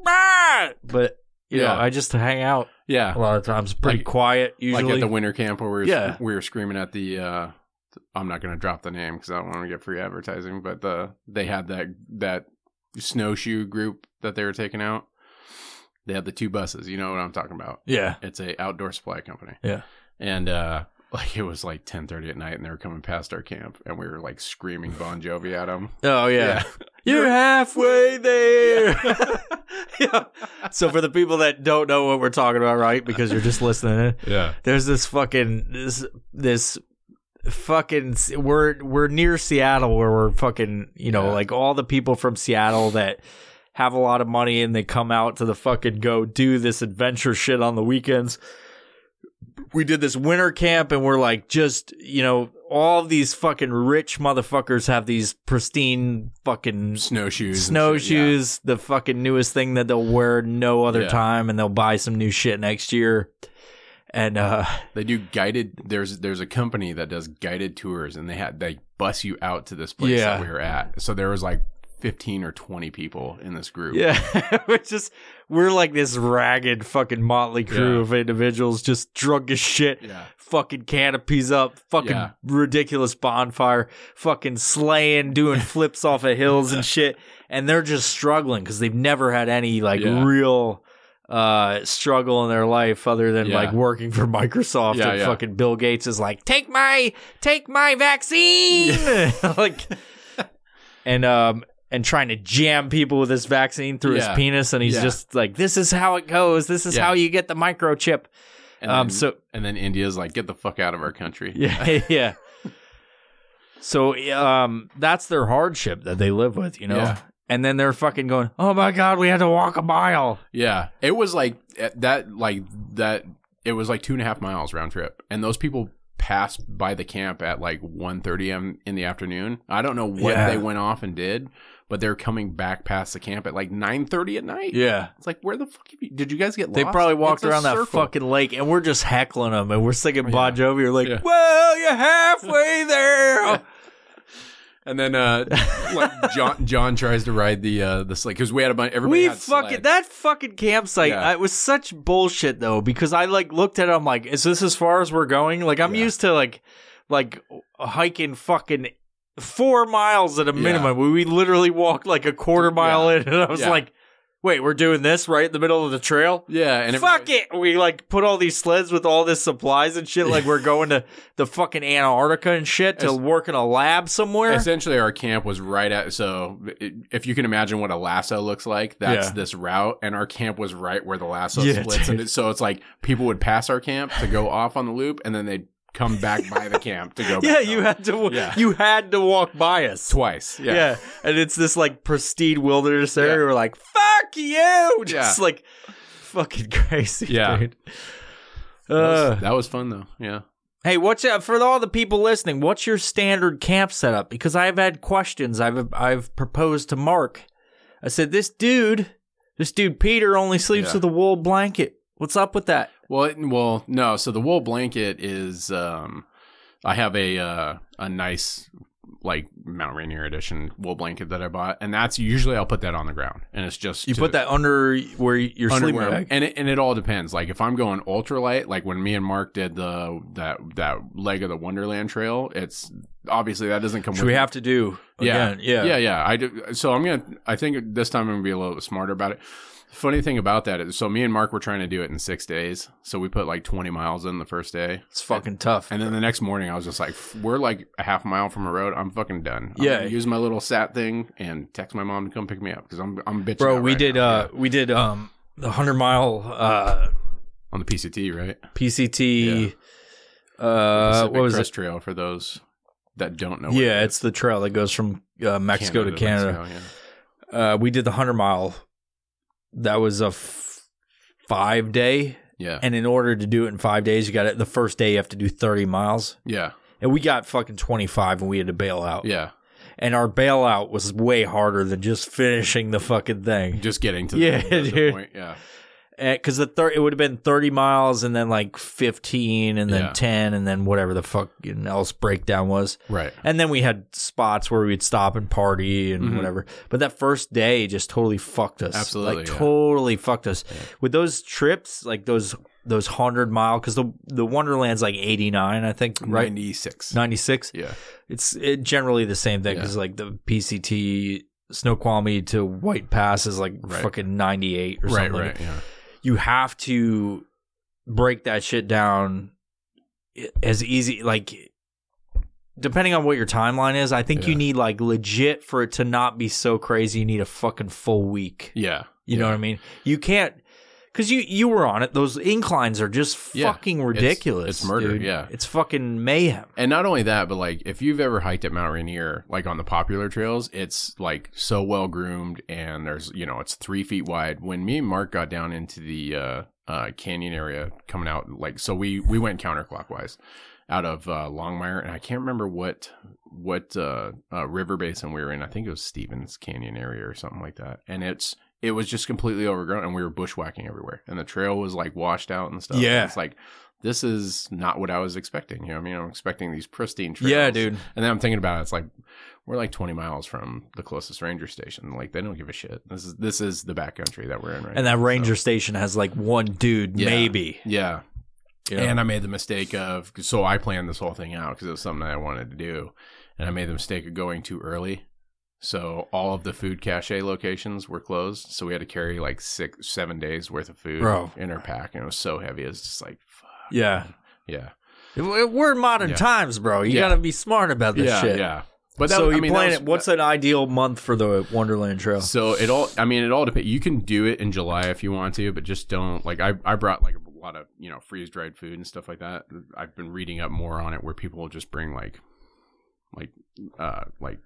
S3: ah! but you know
S2: Yeah.
S3: I just hang out
S2: Yeah.
S3: a lot of times, pretty
S2: Like-
S3: quiet usually.
S2: Like at the winter camp where we were,
S3: Yeah.
S2: we were screaming at the. Uh, I'm not going to drop the name because I don't want to get free advertising, but the they had that that snowshoe group that they were taking out. They had the two buses. You know what I'm talking about.
S3: yeah,
S2: It's a outdoor supply company.
S3: Yeah.
S2: and uh, like it was like 10:30 at night, and they were coming past our camp, and we were like screaming Bon Jovi at them.
S3: oh yeah. You're halfway there. so for the people that don't know what we're talking about, right? Because you're just listening.
S2: Yeah.
S3: There's this fucking this this fucking we're we're near Seattle where we're fucking you know
S2: Yeah.
S3: like all the people from Seattle that have a lot of money and they come out to the fucking go do this adventure shit on the weekends. We did this winter camp and we're like just you know all these fucking rich motherfuckers have these pristine fucking
S2: Snowshoes. and shit, yeah.
S3: snowshoes, the fucking newest thing that they'll wear no other
S2: Yeah.
S3: time, and they'll buy some new shit next year. And uh,
S2: They do guided. There's there's a company that does guided tours, and they had they bus you out to this place
S3: Yeah.
S2: that we were at. So there was like fifteen or twenty people in this group.
S3: yeah, we're just we're like this ragged fucking motley crew
S2: Yeah.
S3: of individuals, just drunk as shit.
S2: yeah,
S3: Fucking canopies up, fucking
S2: Yeah.
S3: ridiculous bonfire, fucking slaying, doing flips off of hills and shit. And they're just struggling because they've never had any like
S2: Yeah.
S3: real uh struggle in their life other than
S2: Yeah.
S3: like working for Microsoft
S2: Yeah,
S3: and
S2: yeah.
S3: fucking Bill Gates is like, take my take my vaccine like and um and trying to jam people with this vaccine through
S2: Yeah.
S3: his penis and he's
S2: Yeah.
S3: just like, This is how it goes, this is
S2: Yeah.
S3: how you get the microchip.
S2: And
S3: um
S2: then,
S3: so
S2: and then India's like, get the fuck out of our country.
S3: yeah, yeah. So um, that's their hardship that they live with, you know.
S2: Yeah.
S3: And then they're fucking going, "Oh my god, we had to walk a mile."
S2: yeah. It was like at that, like that. It was like two and a half miles round trip, and those people passed by the camp at like 1.30 m in the afternoon. I don't know what
S3: Yeah.
S2: they went off and did, but they're coming back past the camp at like nine thirty at night.
S3: Yeah,
S2: It's like, where the fuck have you, did you guys get
S3: they
S2: lost?
S3: probably walked
S2: It's a
S3: around that
S2: circle.
S3: fucking lake, and we're just heckling them, and we're singing Bon
S2: Yeah.
S3: Jovi. You're like,
S2: Yeah.
S3: "Well, you're halfway there."
S2: And then uh, like John John tries to ride the uh, the sled because we had a bunch. Everybody
S3: we
S2: had
S3: fucking
S2: sled.
S3: that fucking campsite.
S2: Yeah.
S3: It was such bullshit though because I like looked at it. I'm like, is this as far as we're going? Like I'm
S2: Yeah.
S3: used to like like hiking fucking four miles at a
S2: Yeah.
S3: minimum. We, we literally walked like a quarter mile in, and I was
S2: Yeah.
S3: like, wait, we're doing this right in the middle of the trail.
S2: yeah, and
S3: Fuck
S2: everybody-
S3: it! We like put all these sleds with all this supplies and shit. Like we're going to the fucking Antarctica and shit to
S2: Es-
S3: work in a lab somewhere.
S2: Essentially, our camp was right at so i- if you can imagine what a lasso looks like, that's
S3: Yeah.
S2: this route, and our camp was right where the lasso
S3: Yeah,
S2: splits, and
S3: dude.
S2: it, so it's like people would pass our camp to go off on the loop, and then they'd come back by the camp to go. Back
S3: Yeah, you
S2: up.
S3: had to.
S2: Yeah.
S3: You had to walk by us.
S2: twice.
S3: Yeah.
S2: Yeah,
S3: And it's this like pristine wilderness area.
S2: Yeah.
S3: We're like, fuck you.
S2: Yeah.
S3: Just like fucking crazy.
S2: Yeah.
S3: Dude.
S2: That,
S3: Uh,
S2: was, that was fun though. Yeah,
S3: hey, what's up for all the people listening? What's your standard camp setup? Because I've had questions. I've I've proposed to Mark. I said, this dude, this dude Peter only sleeps
S2: Yeah.
S3: with a wool blanket. What's up with that?
S2: Well, it, well, no. So the wool blanket is. Um, I have a uh, a nice like Mount Rainier edition wool blanket that I bought, and that's usually I'll put that on the ground, and it's just
S3: You
S2: to-
S3: put that under where your
S2: under
S3: sleeping
S2: where-
S3: bag.
S2: and it, and it all depends. Like if I'm going ultralight, like when me and Mark did the that that leg of the Wonderland Trail, it's obviously that doesn't come.
S3: Which
S2: with
S3: we have to do.
S2: Yeah.
S3: Again. Yeah.
S2: yeah, yeah. I do. So I'm gonna. I think this time I'm gonna be a little smarter about it. Funny thing about that is, so me and Mark were trying to do it in six days. So we put like 20 miles in the first day.
S3: It's fucking tough.
S2: And then the next morning, I was just like, "F- "We're like a half mile from a road. I'm fucking done. I'm
S3: Yeah.
S2: gonna use my little sat thing and text my mom to come pick me up because I'm I'm bitching.
S3: Bro,
S2: out
S3: we
S2: right
S3: did
S2: now.
S3: uh we did um the 100 mile uh
S2: Yeah. on the PCT, right?
S3: PCT. Uh,
S2: Pacific
S3: what was
S2: Crest
S3: it?
S2: Trail for those that don't know. what
S3: Yeah,
S2: it
S3: it's the trail that goes from uh,
S2: is.
S3: Mexico to Canada.
S2: Mexico,
S3: Uh, we did the hundred mile. That was a f- five day,
S2: yeah, yeah,
S3: and in order to do it in five days, you got it. The first day, you have to do thirty miles,
S2: yeah,
S3: and we got fucking twenty five, and we had to bail out.
S2: yeah.
S3: And our bailout was way harder than just finishing the fucking thing.
S2: Just getting to
S3: Yeah,
S2: the, the
S3: dude.
S2: point. Yeah,
S3: because Eh, the thir- it would have been 30 miles and then like 15 and then
S2: Yeah.
S3: 10 and then whatever the fuck else breakdown was
S2: right.
S3: and then we had spots where we'd stop and party and
S2: Mhm.
S3: whatever but that first day just totally fucked us
S2: Absolutely,
S3: like
S2: yeah.
S3: totally fucked us with those trips like those those 100 mile because the the wonderland's like 89 i think right
S2: Ninety six.
S3: 96
S2: Yeah,
S3: it's it, generally the same thing
S2: Yeah.
S3: because like the pct snoqualmie to white pass is like
S2: Right.
S3: fucking 98 or
S2: right,
S3: something
S2: right. Yeah,
S3: you have to break that shit down as easy like depending on what your timeline is i think you
S2: Yeah.
S3: need like legit for it to not be so crazy you need a fucking full week
S2: yeah,
S3: You know
S2: Yeah.
S3: what I mean? You can't because you you were on it. Those inclines are just
S2: Yeah.
S3: fucking
S2: It's-
S3: ridiculous.
S2: it's murder,
S3: dude.
S2: yeah.
S3: it's fucking mayhem.
S2: And not only that, but like if you've ever hiked at Mount Rainier, like on the popular trails, it's like so well groomed and there's, you know, it's three feet wide. When me and Mark got down into the uh, uh, canyon area coming out, like, so we, we went counterclockwise out of uh, Longmire and I can't remember what, what uh, uh, river basin we were in. I think it was Stevens Canyon area or something like that. And it's, it was just completely overgrown and we were bushwhacking everywhere and the trail was like washed out and stuff.
S3: Yeah.
S2: And it's like, this is not what I was expecting. You know, what I mean, I'm expecting these pristine trails.
S3: Yeah, dude.
S2: And then I'm thinking about it. It's like we're like 20 miles from the closest ranger station. Like they don't give a shit. This is this is the backcountry that we're in right
S3: And
S2: now.
S3: that ranger
S2: So,
S3: station has like one dude,
S2: Yeah.
S3: maybe.
S2: yeah.
S3: you know?
S2: And I made the mistake of so I planned this whole thing out because it was something that I wanted to do, and I made the mistake of going too early. So all of the food cache locations were closed. So we had to carry like six, seven days worth of food
S3: Bro.
S2: in our pack, and it was so heavy. It's just like, fuck.
S3: yeah,
S2: yeah,
S3: W- we're in modern
S2: Yeah.
S3: times, bro. You
S2: Yeah.
S3: gotta be smart about this
S2: yeah,
S3: shit.
S2: yeah. But that,
S3: so
S2: I
S3: you
S2: mean, that
S3: plan
S2: was-
S3: it. What's an ideal month for the Wonderland Trail?
S2: So it all, I mean, it all depends. You can do it in July if you want to, but just don't. Like, I, I brought like a lot of, you know, freeze dried food and stuff like that. I've been reading up more on it where people will just bring like, like, uh, like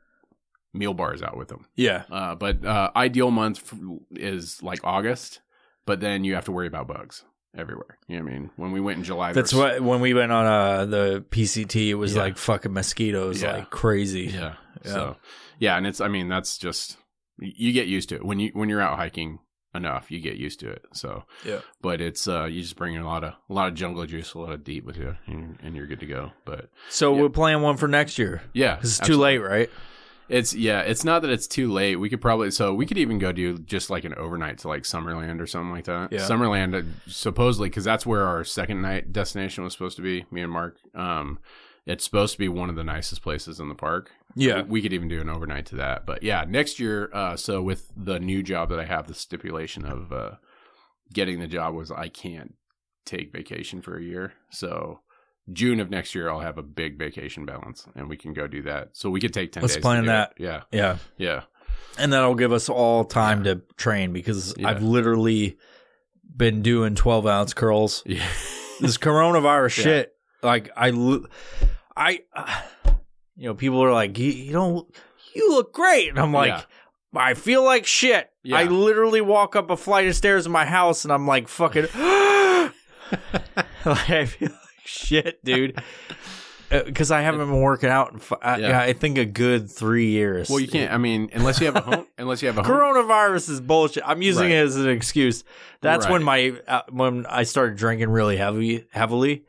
S2: meal bars out with them.
S3: yeah,
S2: Uh, but, uh, ideal month f- is like August, but then you have to worry about bugs everywhere. You know what I mean? When we went in July, there
S3: that's
S2: was-
S3: what when we went on uh, the PCT, it was
S2: Yeah.
S3: like fucking mosquitoes,
S2: Yeah.
S3: like crazy.
S2: Yeah.
S3: Yeah.
S2: So yeah, and it's I mean that's just you get used to it when you when you're out hiking enough, you get used to it. So
S3: Yeah.
S2: but it's uh you just bring in a lot of a lot of jungle juice, a lot of deep with you, and, and you're good to go. But
S3: So
S2: Yeah.
S3: we're planning one for next year.
S2: yeah,
S3: 'Cause It's
S2: absolutely.
S3: too late, right?
S2: It's yeah, it's not that it's too late. We could probably so we could even go do just like an overnight to like Summerland or something like that.
S3: Yeah.
S2: Summerland uh, supposedly because that's where our second night destination was supposed to be. Me and Mark. Um, it's supposed to be one of the nicest places in the park.
S3: Yeah.
S2: we could even do an overnight to that. But yeah, next year. Uh, so with the new job that I have, the stipulation of uh, getting the job was I can't take vacation for a year. So June of next year, I'll have a big vacation balance, and we can go do that. So we could take ten.
S3: Let's
S2: days to
S3: plan
S2: do
S3: that.
S2: it. Yeah,
S3: Yeah.
S2: yeah,
S3: And that'll give us all time to train because
S2: Yeah.
S3: I've literally been doing 12 ounce curls.
S2: yeah.
S3: This coronavirus
S2: Yeah.
S3: shit, like, I, l- I, uh, you know, people are like, you, you don't, you look great. And I'm like,
S2: Yeah.
S3: I feel like shit.
S2: Yeah.
S3: I literally walk up a flight of stairs in my house and I'm like, fucking, like, I feel like shit, dude. Because I haven't been working out, in, f- I,
S2: Yeah.
S3: yeah, I think a good three years.
S2: Well, you can't. I mean, unless you have a home, unless you have a home.
S3: coronavirus is bullshit. I'm using
S2: Right.
S3: it as an excuse. That's when my uh, when I started drinking really heavy heavily.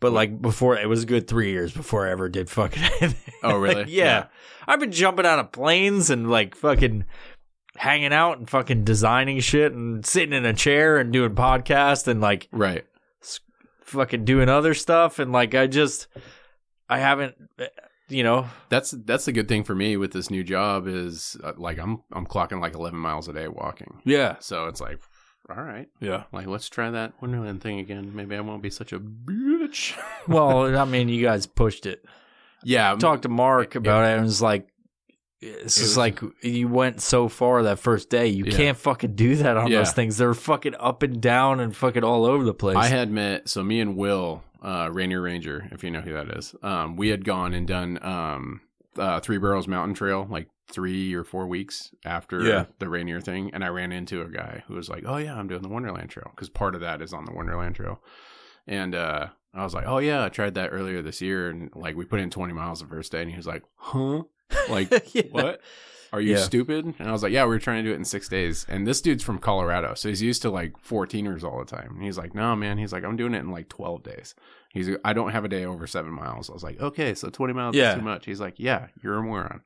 S3: But like before, it was a good three years before I ever did fucking anything.
S2: Oh, really?
S3: yeah. I've been jumping out of planes and like fucking hanging out and fucking designing shit and sitting in a chair and doing podcasts and like
S2: Right.
S3: fucking doing other stuff and like I just I haven't uh, you know
S2: That's that's the good thing for me with this new job is uh, like I'm I'm clocking like 11 miles a day walking.
S3: yeah
S2: So it's like, all right,
S3: yeah
S2: like let's try that Wonderland thing again. Maybe I won't be such a bitch.
S3: well I mean you guys pushed it
S2: yeah.
S3: talked to Mark about it and was like, it's
S2: It
S3: just
S2: was-
S3: like you went so far that first day. You
S2: Yeah.
S3: can't fucking do that on
S2: Yeah.
S3: those things. They're fucking up and down and fucking all over the place.
S2: I had met so me and Will, uh, Rainier Ranger, if you know who that is. Um, we had gone and done um, uh, Three Barrels Mountain Trail like three or four weeks after
S3: Yeah.
S2: the Rainier thing, and I ran into a guy who was like, "Oh yeah, I'm doing the Wonderland Trail because part of that is on the Wonderland Trail," and uh, I was like, "Oh yeah, I tried that earlier this year, and like we put in 20 miles the first day," and he was like, "Huh?" Like
S3: Yeah.
S2: what? Are you
S3: Yeah.
S2: stupid? And I was like, yeah, we were trying to do it in six days. And this dude's from Colorado, so he's used to like 14ers all the time. And he's like, no, man. He's like, I'm doing it in like 12 days. He's like, I don't have a day over seven miles. I was like, okay, so 20 miles
S3: Yeah.
S2: is too much. He's like, yeah, you're a moron.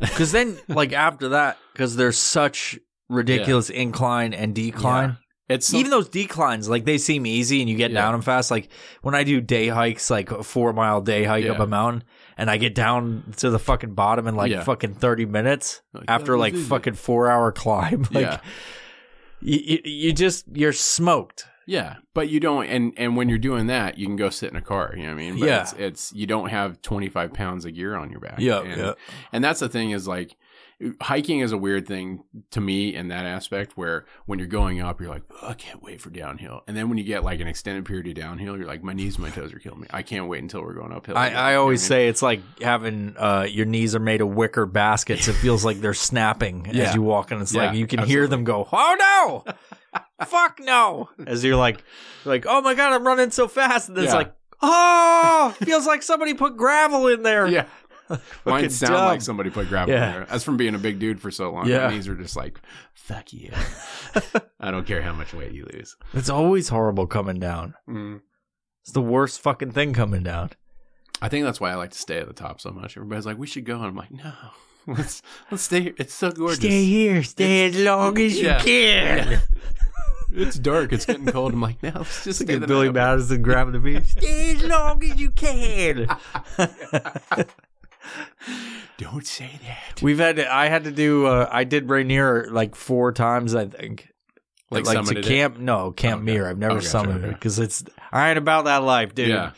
S3: Because then, like after that, because there's such ridiculous incline and decline.
S2: It's
S3: Even those declines, like they seem easy and you get
S2: Yeah.
S3: down them fast. Like when I do day hikes, like a four mile day hike up
S2: Yeah.
S3: a mountain, and I get down to the fucking bottom in like
S2: Yeah.
S3: fucking thirty minutes
S2: Like,
S3: after
S2: that
S3: like
S2: was easy.
S3: fucking four hour climb. Like
S2: yeah,
S3: you, you, you just you're smoked.
S2: yeah, but you don't, and and when you're doing that, you can go sit in a car. You know what I mean? But
S3: Yeah.
S2: it's, it's you don't have 25 pounds of gear on your back.
S3: Yeah,
S2: and,
S3: yeah.
S2: and that's the thing is like hiking is a weird thing to me in that aspect where when you're going up, you're like, "Ugh, I can't wait for downhill. And then when you get like an extended period of downhill, you're like, my knees, my toes are killing me. I can't wait until we're going uphill.
S3: I,
S2: You know
S3: I
S2: what
S3: always
S2: mean?
S3: say it's like having uh, your knees are made of wicker baskets. It feels like they're snapping
S2: Yeah.
S3: as you walk, and it's
S2: Yeah,
S3: like you can hear them go, "Oh no, fuck no!" As you're like, like, "Oh my god, I'm running so fast," and it's
S2: Yeah.
S3: like, "Oh, feels like somebody put gravel in there."
S2: yeah. Mine
S3: Fucking
S2: sound
S3: dumb.
S2: like somebody put gravel
S3: Yeah.
S2: in there. That's from being a big dude for so long.
S3: Yeah.
S2: My knees are just like, fuck you. I don't care how much weight you lose.
S3: It's always horrible coming down.
S2: Mm.
S3: It's the worst fucking thing coming down.
S2: I think that's why I like to stay at the top so much. Everybody's like, we should go. And I'm like, no, let's let's stay here. It's so gorgeous.
S3: here, stay as long as
S2: Yeah.
S3: can.
S2: It's dark. It's getting cold. I'm like, no, let's just stay
S3: Get
S2: the
S3: Billy
S2: night up.
S3: Madison grabbing the beach. Stay as long as you can.
S2: Don't say that.
S3: We've had to, I had to do uh, I did Rainier like four times I think.
S2: Like
S3: Like, to
S2: summited it?
S3: camp no Camp
S2: Okay.
S3: Mirror. I've never
S2: Oh, gotcha,
S3: summoned
S2: okay.
S3: it because it's I ain't about that life, dude.
S2: Yeah.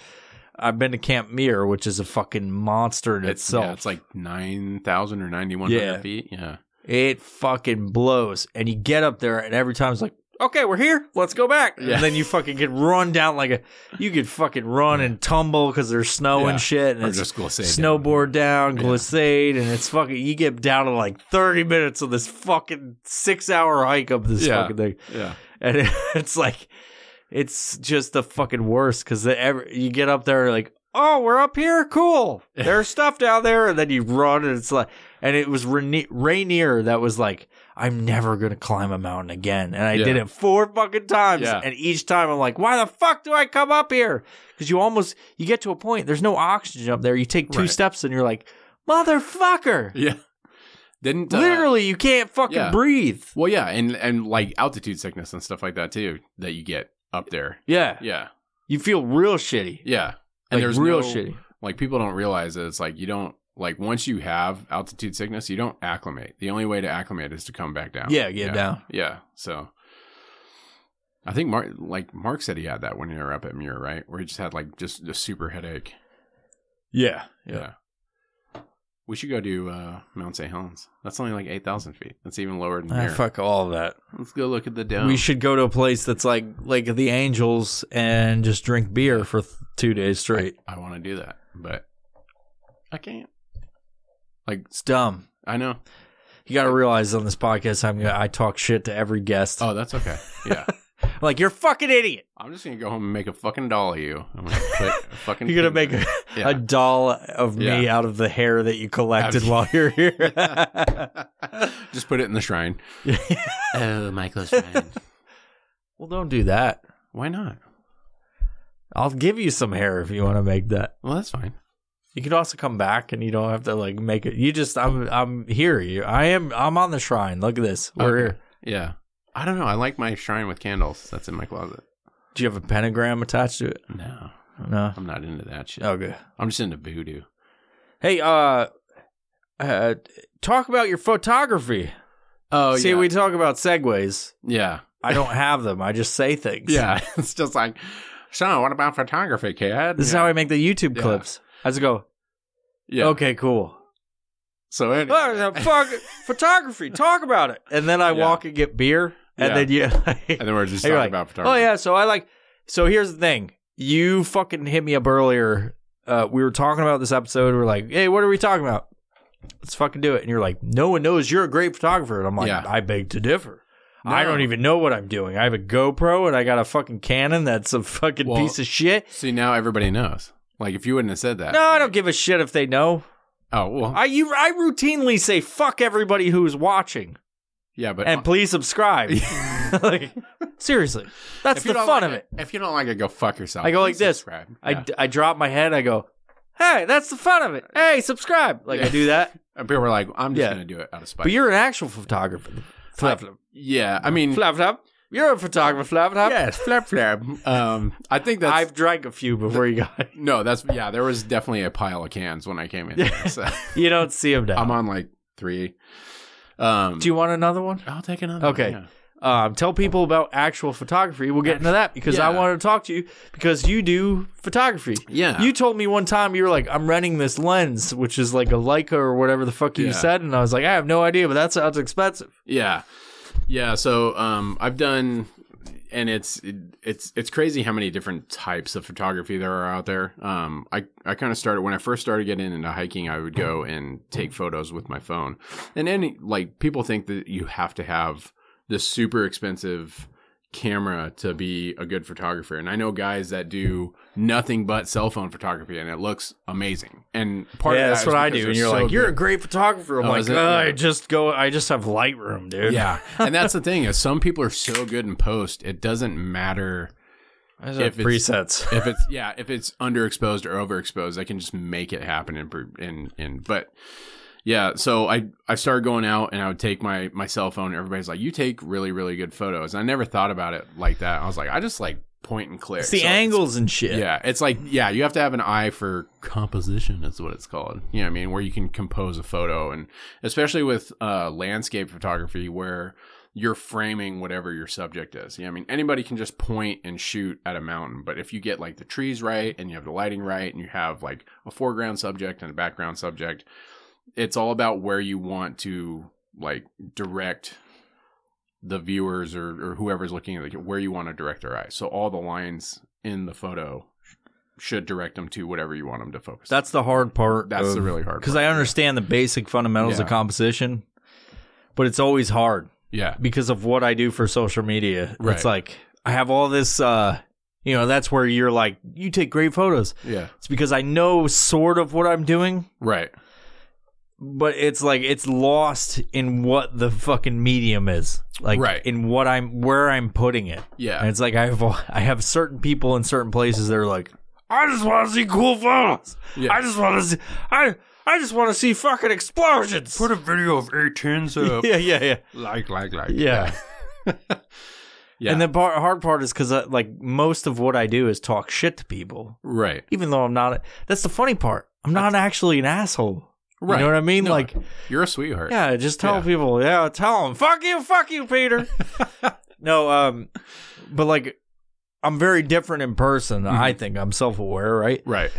S3: I've been to Camp Mirror, which is a fucking monster in
S2: It's,
S3: itself.
S2: yeah, it's like 9,000 or 9,100
S3: Yeah.
S2: feet. Yeah.
S3: it fucking blows, and you get up there, and every time it's like, okay, we're here, let's go back,
S2: Yeah.
S3: and then you fucking get run down like a you could fucking run and tumble because there's snow
S2: Yeah.
S3: and shit, and
S2: Or
S3: it's
S2: just glissade.
S3: snowboard down, glissade, and it's fucking. You get down to like thirty minutes of this fucking six hour hike up this
S2: Yeah.
S3: fucking thing,
S2: Yeah.
S3: and it- it's like, it's just the fucking worst because you get up there like, oh, we're up here, cool. There's stuff down there, and then you run, and it's like, and it was Raine- Rainier that was like. I'm never gonna climb a mountain again, and I
S2: Yeah.
S3: did it four fucking times,
S2: Yeah.
S3: and each time I'm like, "Why the fuck do I come up here?" because you almost you get to a point there's no oxygen up there you take two
S2: Right.
S3: steps and you're like motherfucker
S2: Yeah. Didn't. uh,
S3: literally you can't fucking
S2: yeah.
S3: breathe
S2: Well, yeah, and and like altitude sickness and stuff like that too that you get up there.
S3: yeah.
S2: Yeah,
S3: you feel real shitty
S2: yeah, and
S3: and like,
S2: there's
S3: real
S2: no,
S3: shitty
S2: Like people don't realize that it's like you don't like once you have altitude sickness, you don't acclimate. The only way to acclimate is to come back down.
S3: Yeah, get down.
S2: Yeah, so. I think Mark, like Mark said, he had that when you were up at Muir, right? Where he just had like just a super headache.
S3: yeah
S2: We should go to uh, Mount St. Helens. That's only like eight thousand feet. That's even lower than
S3: Ah,
S2: Muir.
S3: fuck all of that
S2: Let's go look at the dome.
S3: we should go to a place that's like like the angels and just drink beer for th- two days straight
S2: I want to do that, but I can't.
S3: it's dumb
S2: I know.
S3: you gotta realize on this podcast i'm gonna i talk shit to every guest
S2: Oh, that's okay. Yeah.
S3: I'm like you're a fucking idiot
S2: I'm just going to go home and make a fucking doll of you. I'm going to put a fucking.
S3: You're gonna make
S2: finger-
S3: a,
S2: Yeah.
S3: a doll of me out of the hair that you collected
S2: Ab-
S3: while you're here.
S2: just put it in the shrine. oh, Michael's shrine.
S3: well, don't do that.
S2: Why not?
S3: I'll give you some hair if you want to make that.
S2: Well, that's fine.
S3: You could also come back, and you don't have to like make it. You just, I'm, I'm here. You, I am, I'm on the shrine. Look at this. We're
S2: Okay.
S3: here.
S2: Yeah. I don't know. I like my shrine with candles. That's in my closet.
S3: Do you have a pentagram attached to it?
S2: No,
S3: No.
S2: I'm not into that shit.
S3: Okay.
S2: I'm just into voodoo.
S3: Hey, uh, uh, talk about your photography.
S2: Oh,
S3: See,
S2: yeah.
S3: we talk about segues.
S2: yeah.
S3: I don't have them. I just say things.
S2: Yeah. it's just like, so what about photography, kid?
S3: This is how I make the YouTube
S2: Yeah.
S3: clips. I just go,
S2: Yeah.
S3: okay, cool.
S2: So, anyway.
S3: Oh, the fuck, photography, talk about it. And then I
S2: Yeah.
S3: walk and get beer. And
S2: Yeah.
S3: then you,
S2: And then we're just
S3: You're
S2: talking
S3: like,
S2: about photography.
S3: oh, yeah. So I like, so here's the thing. You fucking hit me up earlier. Uh, we were talking about this episode. We are like, hey, what are we talking about? Let's fucking do it. And you're like, no one knows you're a great photographer. And I'm like,
S2: Yeah.
S3: I beg to differ. I
S2: No.
S3: don't even know what I'm doing. I have a GoPro and I got a fucking Canon that's a fucking
S2: Well,
S3: piece of shit.
S2: See, now everybody knows. Like, if you wouldn't have said that.
S3: No, I don't give a shit if they know.
S2: Oh, well.
S3: I you I routinely say fuck everybody who's watching
S2: yeah, but.
S3: and please subscribe. like, seriously, that's
S2: If you
S3: the
S2: don't
S3: fun
S2: like
S3: of it.
S2: If you don't like it, go fuck yourself.
S3: I go like
S2: Please
S3: this.
S2: subscribe.
S3: I,
S2: Yeah.
S3: I drop my head. I go, hey, that's the fun of it. Hey, subscribe. Like I do that.
S2: And people were like, I'm just
S3: Yeah.
S2: going to do it out of spite.
S3: But you're an actual photographer. Flap flap
S2: yeah, I mean.
S3: flap flap. You're a photographer. Flap flap.
S2: Yes, flap flap. Um, I think that's.
S3: I've drank a few before you got.
S2: no, that's. Yeah, there was definitely a pile of cans when I came in. there, so
S3: You don't see them now.
S2: I'm on like three. Um,
S3: do you want another one?
S2: I'll take another.
S3: Okay.
S2: yeah.
S3: Um, tell people about actual photography. We'll get into that because I
S2: Yeah.
S3: wanted to talk to you because you do photography.
S2: Yeah.
S3: You told me one time you were like, I'm renting this lens, which is like a Leica or whatever the fuck you
S2: Yeah.
S3: said. And I was like, I have no idea, but that sounds expensive.
S2: Yeah, yeah. So um, I've done, and it's it's it's crazy how many different types of photography there are out there. Um, I I kind of started when I first started getting into hiking. I would go and take photos with my phone, and any like people think that you have to have this super expensive camera to be a good photographer and i know guys that do nothing but cell phone photography and it looks amazing and part
S3: yeah,
S2: of that
S3: that's
S2: is
S3: what I
S2: because
S3: do.
S2: they're
S3: And you're
S2: so
S3: like, you're
S2: good.
S3: a great photographer. I'm
S2: Oh,
S3: like,
S2: is it?
S3: "Uh, I
S2: Yeah.
S3: just go, I just have Lightroom, dude.
S2: Yeah, and that's the thing is some people are so good in post, it doesn't matter
S3: I just
S2: If
S3: have
S2: it's-
S3: presets.
S2: if it's yeah if it's underexposed or overexposed. I can just make it happen in per- in in. But yeah, so I I started going out and I would take my my cell phone. And everybody's like, you take really really good photos. And I never thought about it like that. I was like, I just like point and click.
S3: It's the
S2: So
S3: angles and shit.
S2: yeah, it's like yeah, you have to have an eye for composition. Is what it's called. You know, what I mean, where you can compose a photo, and especially with uh, landscape photography, where you're framing whatever your subject is. You know, what I mean, anybody can just point and shoot at a mountain, but if you get like the trees right, and you have the lighting right, and you have like a foreground subject and a background subject, it's all about where you want to like direct the viewers or, or whoever's looking at it, where you want to direct their eyes. So all the lines in the photo sh- should direct them to whatever you want them to focus.
S3: That's the hard part.
S2: That's the really hard
S3: Because
S2: part,
S3: I understand the basic fundamentals of
S2: Yeah.
S3: composition, but it's always hard
S2: yeah,
S3: because of what I do for social media.
S2: Right.
S3: It's like I have all this, uh, you know, that's where you're like, you take great photos.
S2: yeah,
S3: It's because I know sort of what I'm doing,
S2: right,
S3: but it's like it's lost in what the fucking medium is, like
S2: Right.
S3: in what I'm where I'm putting it. And
S2: yeah,
S3: it's like I have I have certain people in certain places that are like, I just want to see cool photos.
S2: Yeah.
S3: I just want to see I I just want to see fucking explosions.
S2: a video of A10s
S3: yeah, yeah, yeah,
S2: like, like, like,
S3: yeah.
S2: Yeah.
S3: And the part, hard part is because like most of what I do is talk shit to people,
S2: right,
S3: even though I'm not. That's the funny part. I'm not actually an asshole.
S2: right.
S3: You know what I mean?
S2: No,
S3: Like,
S2: you're a sweetheart.
S3: yeah, just tell
S2: Yeah.
S3: people. Yeah, tell them. Fuck you, fuck you, Peter. no, um, but like, I'm very different in person. I
S2: Mm-hmm.
S3: think I'm self aware, right?
S2: right,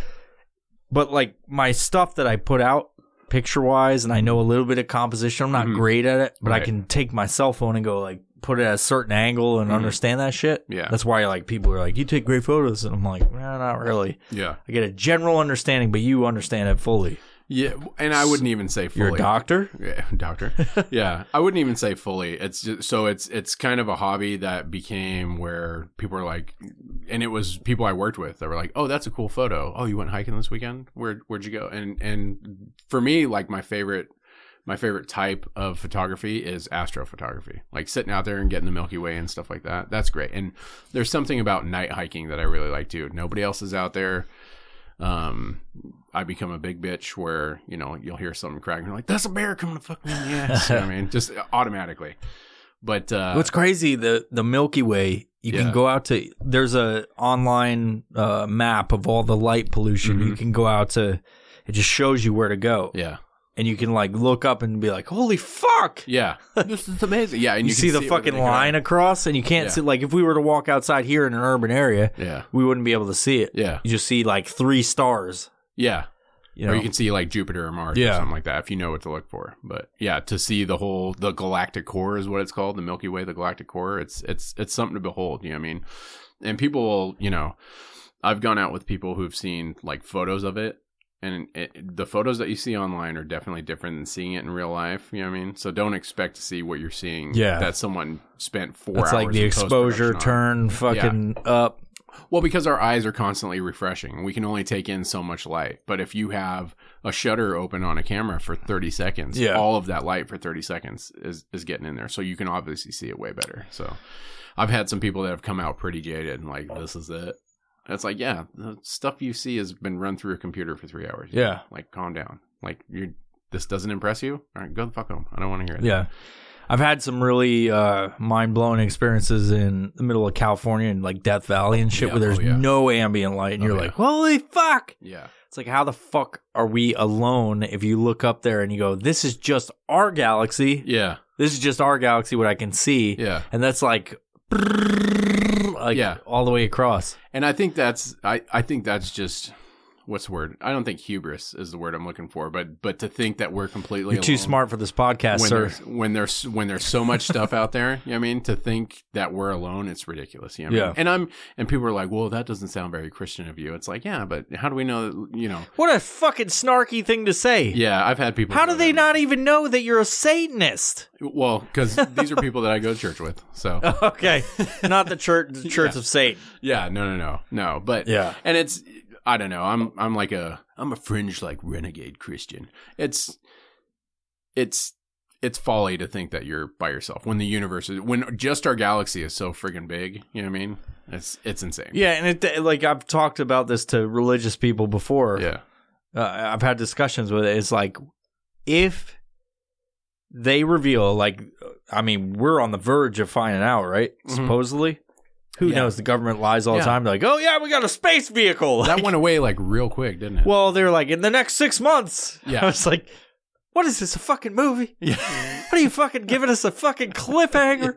S3: but like my stuff that I put out picture wise, and I know a little bit of composition. I'm not
S2: Mhm.
S3: great at it, but I
S2: Right.
S3: can take my cell phone and go like put it at a certain angle and
S2: Mhm.
S3: understand that shit.
S2: Yeah.
S3: that's why like people are like, you take great photos, and I'm like, no, not really.
S2: yeah,
S3: I get a general understanding, but you understand it fully.
S2: yeah. And I wouldn't even say fully.
S3: You're a doctor.
S2: Yeah, doctor. yeah, I wouldn't even say fully. It's just, so it's it's kind of a hobby that became where people are like, and it was people I worked with that were like, "Oh, that's a cool photo. Oh, you went hiking this weekend? Where where'd you go?" And and for me, like my favorite my favorite type of photography is astrophotography, like sitting out there and getting the Milky Way and stuff like that. That's great. And there's something about night hiking that I really like too. Nobody else is out there. Um, I become a big bitch where you know you'll hear something crack and you're like, "That's a bear coming to fuck me in the ass." You know what I mean, just uh, automatically. But uh,
S3: What's crazy the the Milky Way. You can
S2: Yeah.
S3: go out to. There's a online uh, map of all the light pollution. You can go out to. It just shows you where to go.
S2: Mm-hmm. yeah,
S3: and you can like look up and be like, "Holy fuck!"
S2: yeah, this is amazing. Yeah, and
S3: You,
S2: you, can
S3: see the
S2: it
S3: fucking
S2: when they go
S3: line
S2: out.
S3: across, and you can't
S2: Yeah.
S3: see. Like, if we were to walk outside here in an urban area,
S2: Yeah,
S3: we wouldn't be able to see it.
S2: yeah,
S3: You just see like three stars.
S2: yeah.
S3: You
S2: Or
S3: know,
S2: you can see like Jupiter or Mars or
S3: Yeah.
S2: something like that if you know what to look for. But yeah, to see the whole the galactic core is what it's called, the Milky Way, the galactic core. It's it's it's something to behold. You know what I mean? And people will, you know, I've gone out with people who've seen like photos of it. And it, the photos that you see online are definitely different than seeing it in real life. You know what I mean? So don't expect to see what you're seeing.
S3: Yeah.
S2: that someone spent four.
S3: that's
S2: hours
S3: like the
S2: in
S3: exposure
S2: post-production on.
S3: turn fucking up.
S2: Well, because our eyes are constantly refreshing, we can only take in so much light. But if you have a shutter open on a camera for 30 seconds,
S3: Yeah.
S2: all of that light for 30 seconds is, is getting in there. So you can obviously see it way better. So I've had some people that have come out pretty jaded and like, this is it. And it's like, yeah, the stuff you see has been run through a computer for three hours.
S3: Yeah.
S2: Like, calm down. Like, you're, this doesn't impress you? All right, go the fuck home. I don't want to hear it.
S3: Yeah. I've had some really uh, mind blowing experiences in the middle of California and like Death Valley and shit
S2: Yeah,
S3: where there's
S2: oh, yeah.
S3: no ambient light, and
S2: Oh,
S3: you're
S2: yeah.
S3: like, holy fuck!
S2: Yeah.
S3: It's like, how the fuck are we alone if you look up there and you go, this is just our galaxy.
S2: Yeah.
S3: This is just our galaxy, what I can see.
S2: Yeah.
S3: And that's like, like
S2: Yeah.
S3: all the way across.
S2: And I think that's I, I think that's just what's the word? I don't think hubris is the word I'm looking for, but but to think that we're completely
S3: You're too
S2: alone
S3: smart for this podcast,
S2: when
S3: sir.
S2: there's when there's when there's so much stuff out there. You know what I mean, to think that we're alone, it's ridiculous. You know what I mean?
S3: Yeah.
S2: And I'm and people are like, well, that doesn't sound very Christian of you. It's like, yeah, but how do we know? that, You know,
S3: What a fucking snarky thing to say.
S2: yeah, I've had people.
S3: How
S2: go
S3: do they
S2: that-
S3: not even know that you're a Satanist?
S2: Well, because these are people that I go to church with. So
S3: Okay, not the church, the Church of Satan.
S2: yeah, no, no, no, no. But
S3: Yeah.
S2: and it's I don't know. I'm I'm like a I'm a fringe like renegade Christian. It's it's it's folly to think that you're by yourself when the universe is when just our galaxy is so friggin' big. You know what I mean? It's it's insane.
S3: Yeah, and it like I've talked about this to religious people before.
S2: Yeah.
S3: uh, I've had discussions with it. It's like if they reveal, like, I mean, we're on the verge of finding out, right?
S2: Mhm.
S3: Supposedly, who
S2: Yeah.
S3: knows? The government lies all
S2: Yeah.
S3: the time. They're like, oh yeah, we got a space vehicle.
S2: That went away like real quick, didn't it?
S3: well, they're like in the next six months.
S2: Yeah.
S3: I was like, what is this? A fucking movie?
S2: yeah.
S3: What are you fucking giving us a fucking cliffhanger?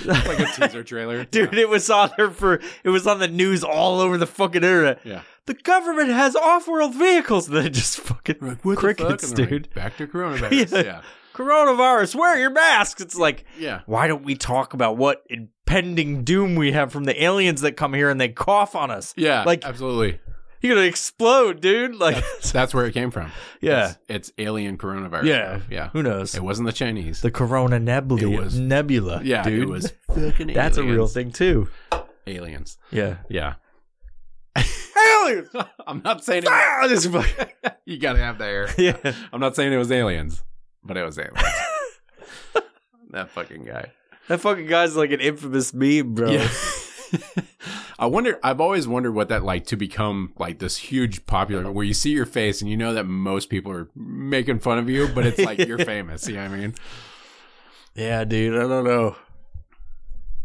S2: it's like a teaser trailer.
S3: Dude, it was on there for it was on the news all over the fucking internet.
S2: Yeah.
S3: The government has off-world vehicles. Then it just fucking
S2: What the fuck?
S3: crickets,
S2: And they're like,
S3: dude.
S2: Back to coronavirus.
S3: Yeah.
S2: yeah.
S3: coronavirus, wear your masks. It's like,
S2: Yeah.
S3: why don't we talk about what impending doom we have from the aliens that come here and they cough on us?
S2: Yeah.
S3: Like-
S2: absolutely.
S3: You're gonna explode, dude. Like,
S2: That's where it came from.
S3: yeah,
S2: It's, it's alien coronavirus.
S3: yeah,
S2: Yeah.
S3: Who knows?
S2: It wasn't the Chinese.
S3: The Corona Nebula,
S2: It was-
S3: Nebula,
S2: yeah,
S3: dude.
S2: it was fucking
S3: That's a
S2: aliens.
S3: real thing too.
S2: Aliens.
S3: Yeah,
S2: Yeah.
S3: aliens.
S2: I'm not saying it,
S3: Ah, this fucking-
S2: you got to have that air.
S3: yeah.
S2: I'm not saying it was aliens, but it was aliens. that fucking guy.
S3: That fucking guy's like an infamous meme, bro.
S2: Yeah. I wonder. I've always wondered what that like to become like this huge popular where you see your face and you know that most people are making fun of you, but it's like you're famous. You know what I mean?
S3: Yeah, dude. I don't know.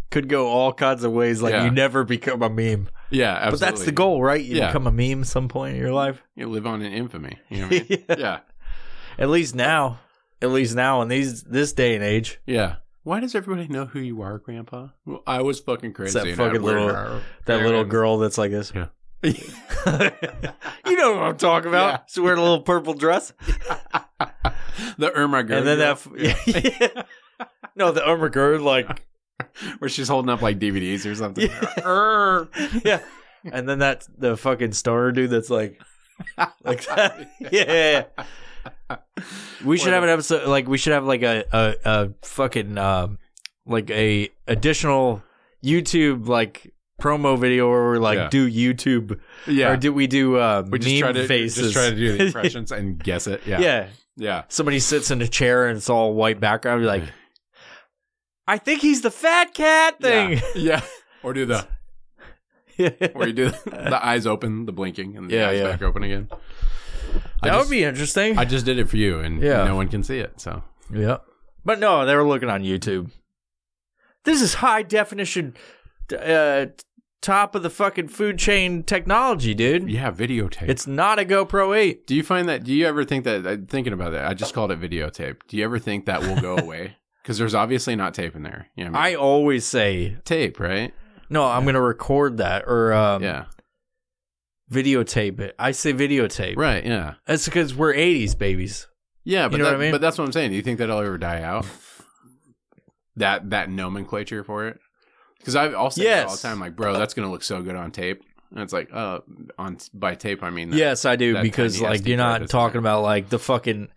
S3: Could go all kinds of ways. Like
S2: Yeah.
S3: you never become a meme,
S2: Yeah, absolutely.
S3: but that's the goal, right? You
S2: Yeah.
S3: become a meme some point in your life.
S2: You live on in infamy. You know what I mean? yeah,
S3: At least now. At least now in these this day and age.
S2: yeah. Why does everybody know who you are, Grandpa? Well, I was fucking crazy.
S3: that
S2: and
S3: fucking
S2: I wear
S3: little-
S2: our-
S3: That little
S2: parents.
S3: girl that's like this.
S2: Yeah.
S3: you know what I'm talking about.
S2: Yeah.
S3: She's wearing a little purple dress.
S2: the Irma girl,
S3: and then that f- No, the Irma Gerd, like
S2: where she's holding up like DVDs or something.
S3: Yeah.
S2: Err.
S3: Yeah. And then that the fucking star dude that's like like that. Yeah. yeah, yeah. We should have an episode like we should have like a a, a fucking um like a additional YouTube like promo video where we like
S2: Yeah.
S3: do YouTube
S2: Yeah,
S3: or do we do uh
S2: we just
S3: meme
S2: try to just
S3: faces?
S2: try to do the impressions and guess it. Yeah,
S3: yeah.
S2: yeah.
S3: Somebody sits in a chair and it's all white background. You're like, I think he's the fat cat thing.
S2: Yeah. yeah. Or do the
S3: Yeah.
S2: or you do the, the eyes open, the blinking, and the
S3: Yeah,
S2: eyes
S3: yeah.
S2: back open again. I
S3: that
S2: just,
S3: would be interesting.
S2: I just did it for you, and
S3: Yeah.
S2: no one can see it. So
S3: Yeah. But no, they were looking on YouTube. This is high definition, uh, top of the fucking food chain technology, dude.
S2: yeah, videotape.
S3: It's not a GoPro 8.
S2: do you find that? Do you ever think that? uh, Thinking about that, I just called it videotape. Do you ever think that will go away? Because there's obviously not tape in there. You know what I, mean?
S3: I always say,
S2: tape, right?
S3: no, I'm going to record that or um,
S2: yeah,
S3: videotape it. I say videotape.
S2: right. Yeah,
S3: That's because we're 80s babies.
S2: yeah. But
S3: know what
S2: that-
S3: I mean?
S2: but that's what I'm saying. Do you think that'll ever die out? that that nomenclature for it? Because I also say that all the
S3: Yes.
S2: time, like, bro, that's gonna look so good on tape. And it's like, uh, on by tape, I mean, that-
S3: yes, I do.
S2: that
S3: Because,
S2: tiny
S3: like,
S2: SD
S3: you're
S2: card
S3: not
S2: is
S3: talking
S2: there.
S3: about, like, the fucking.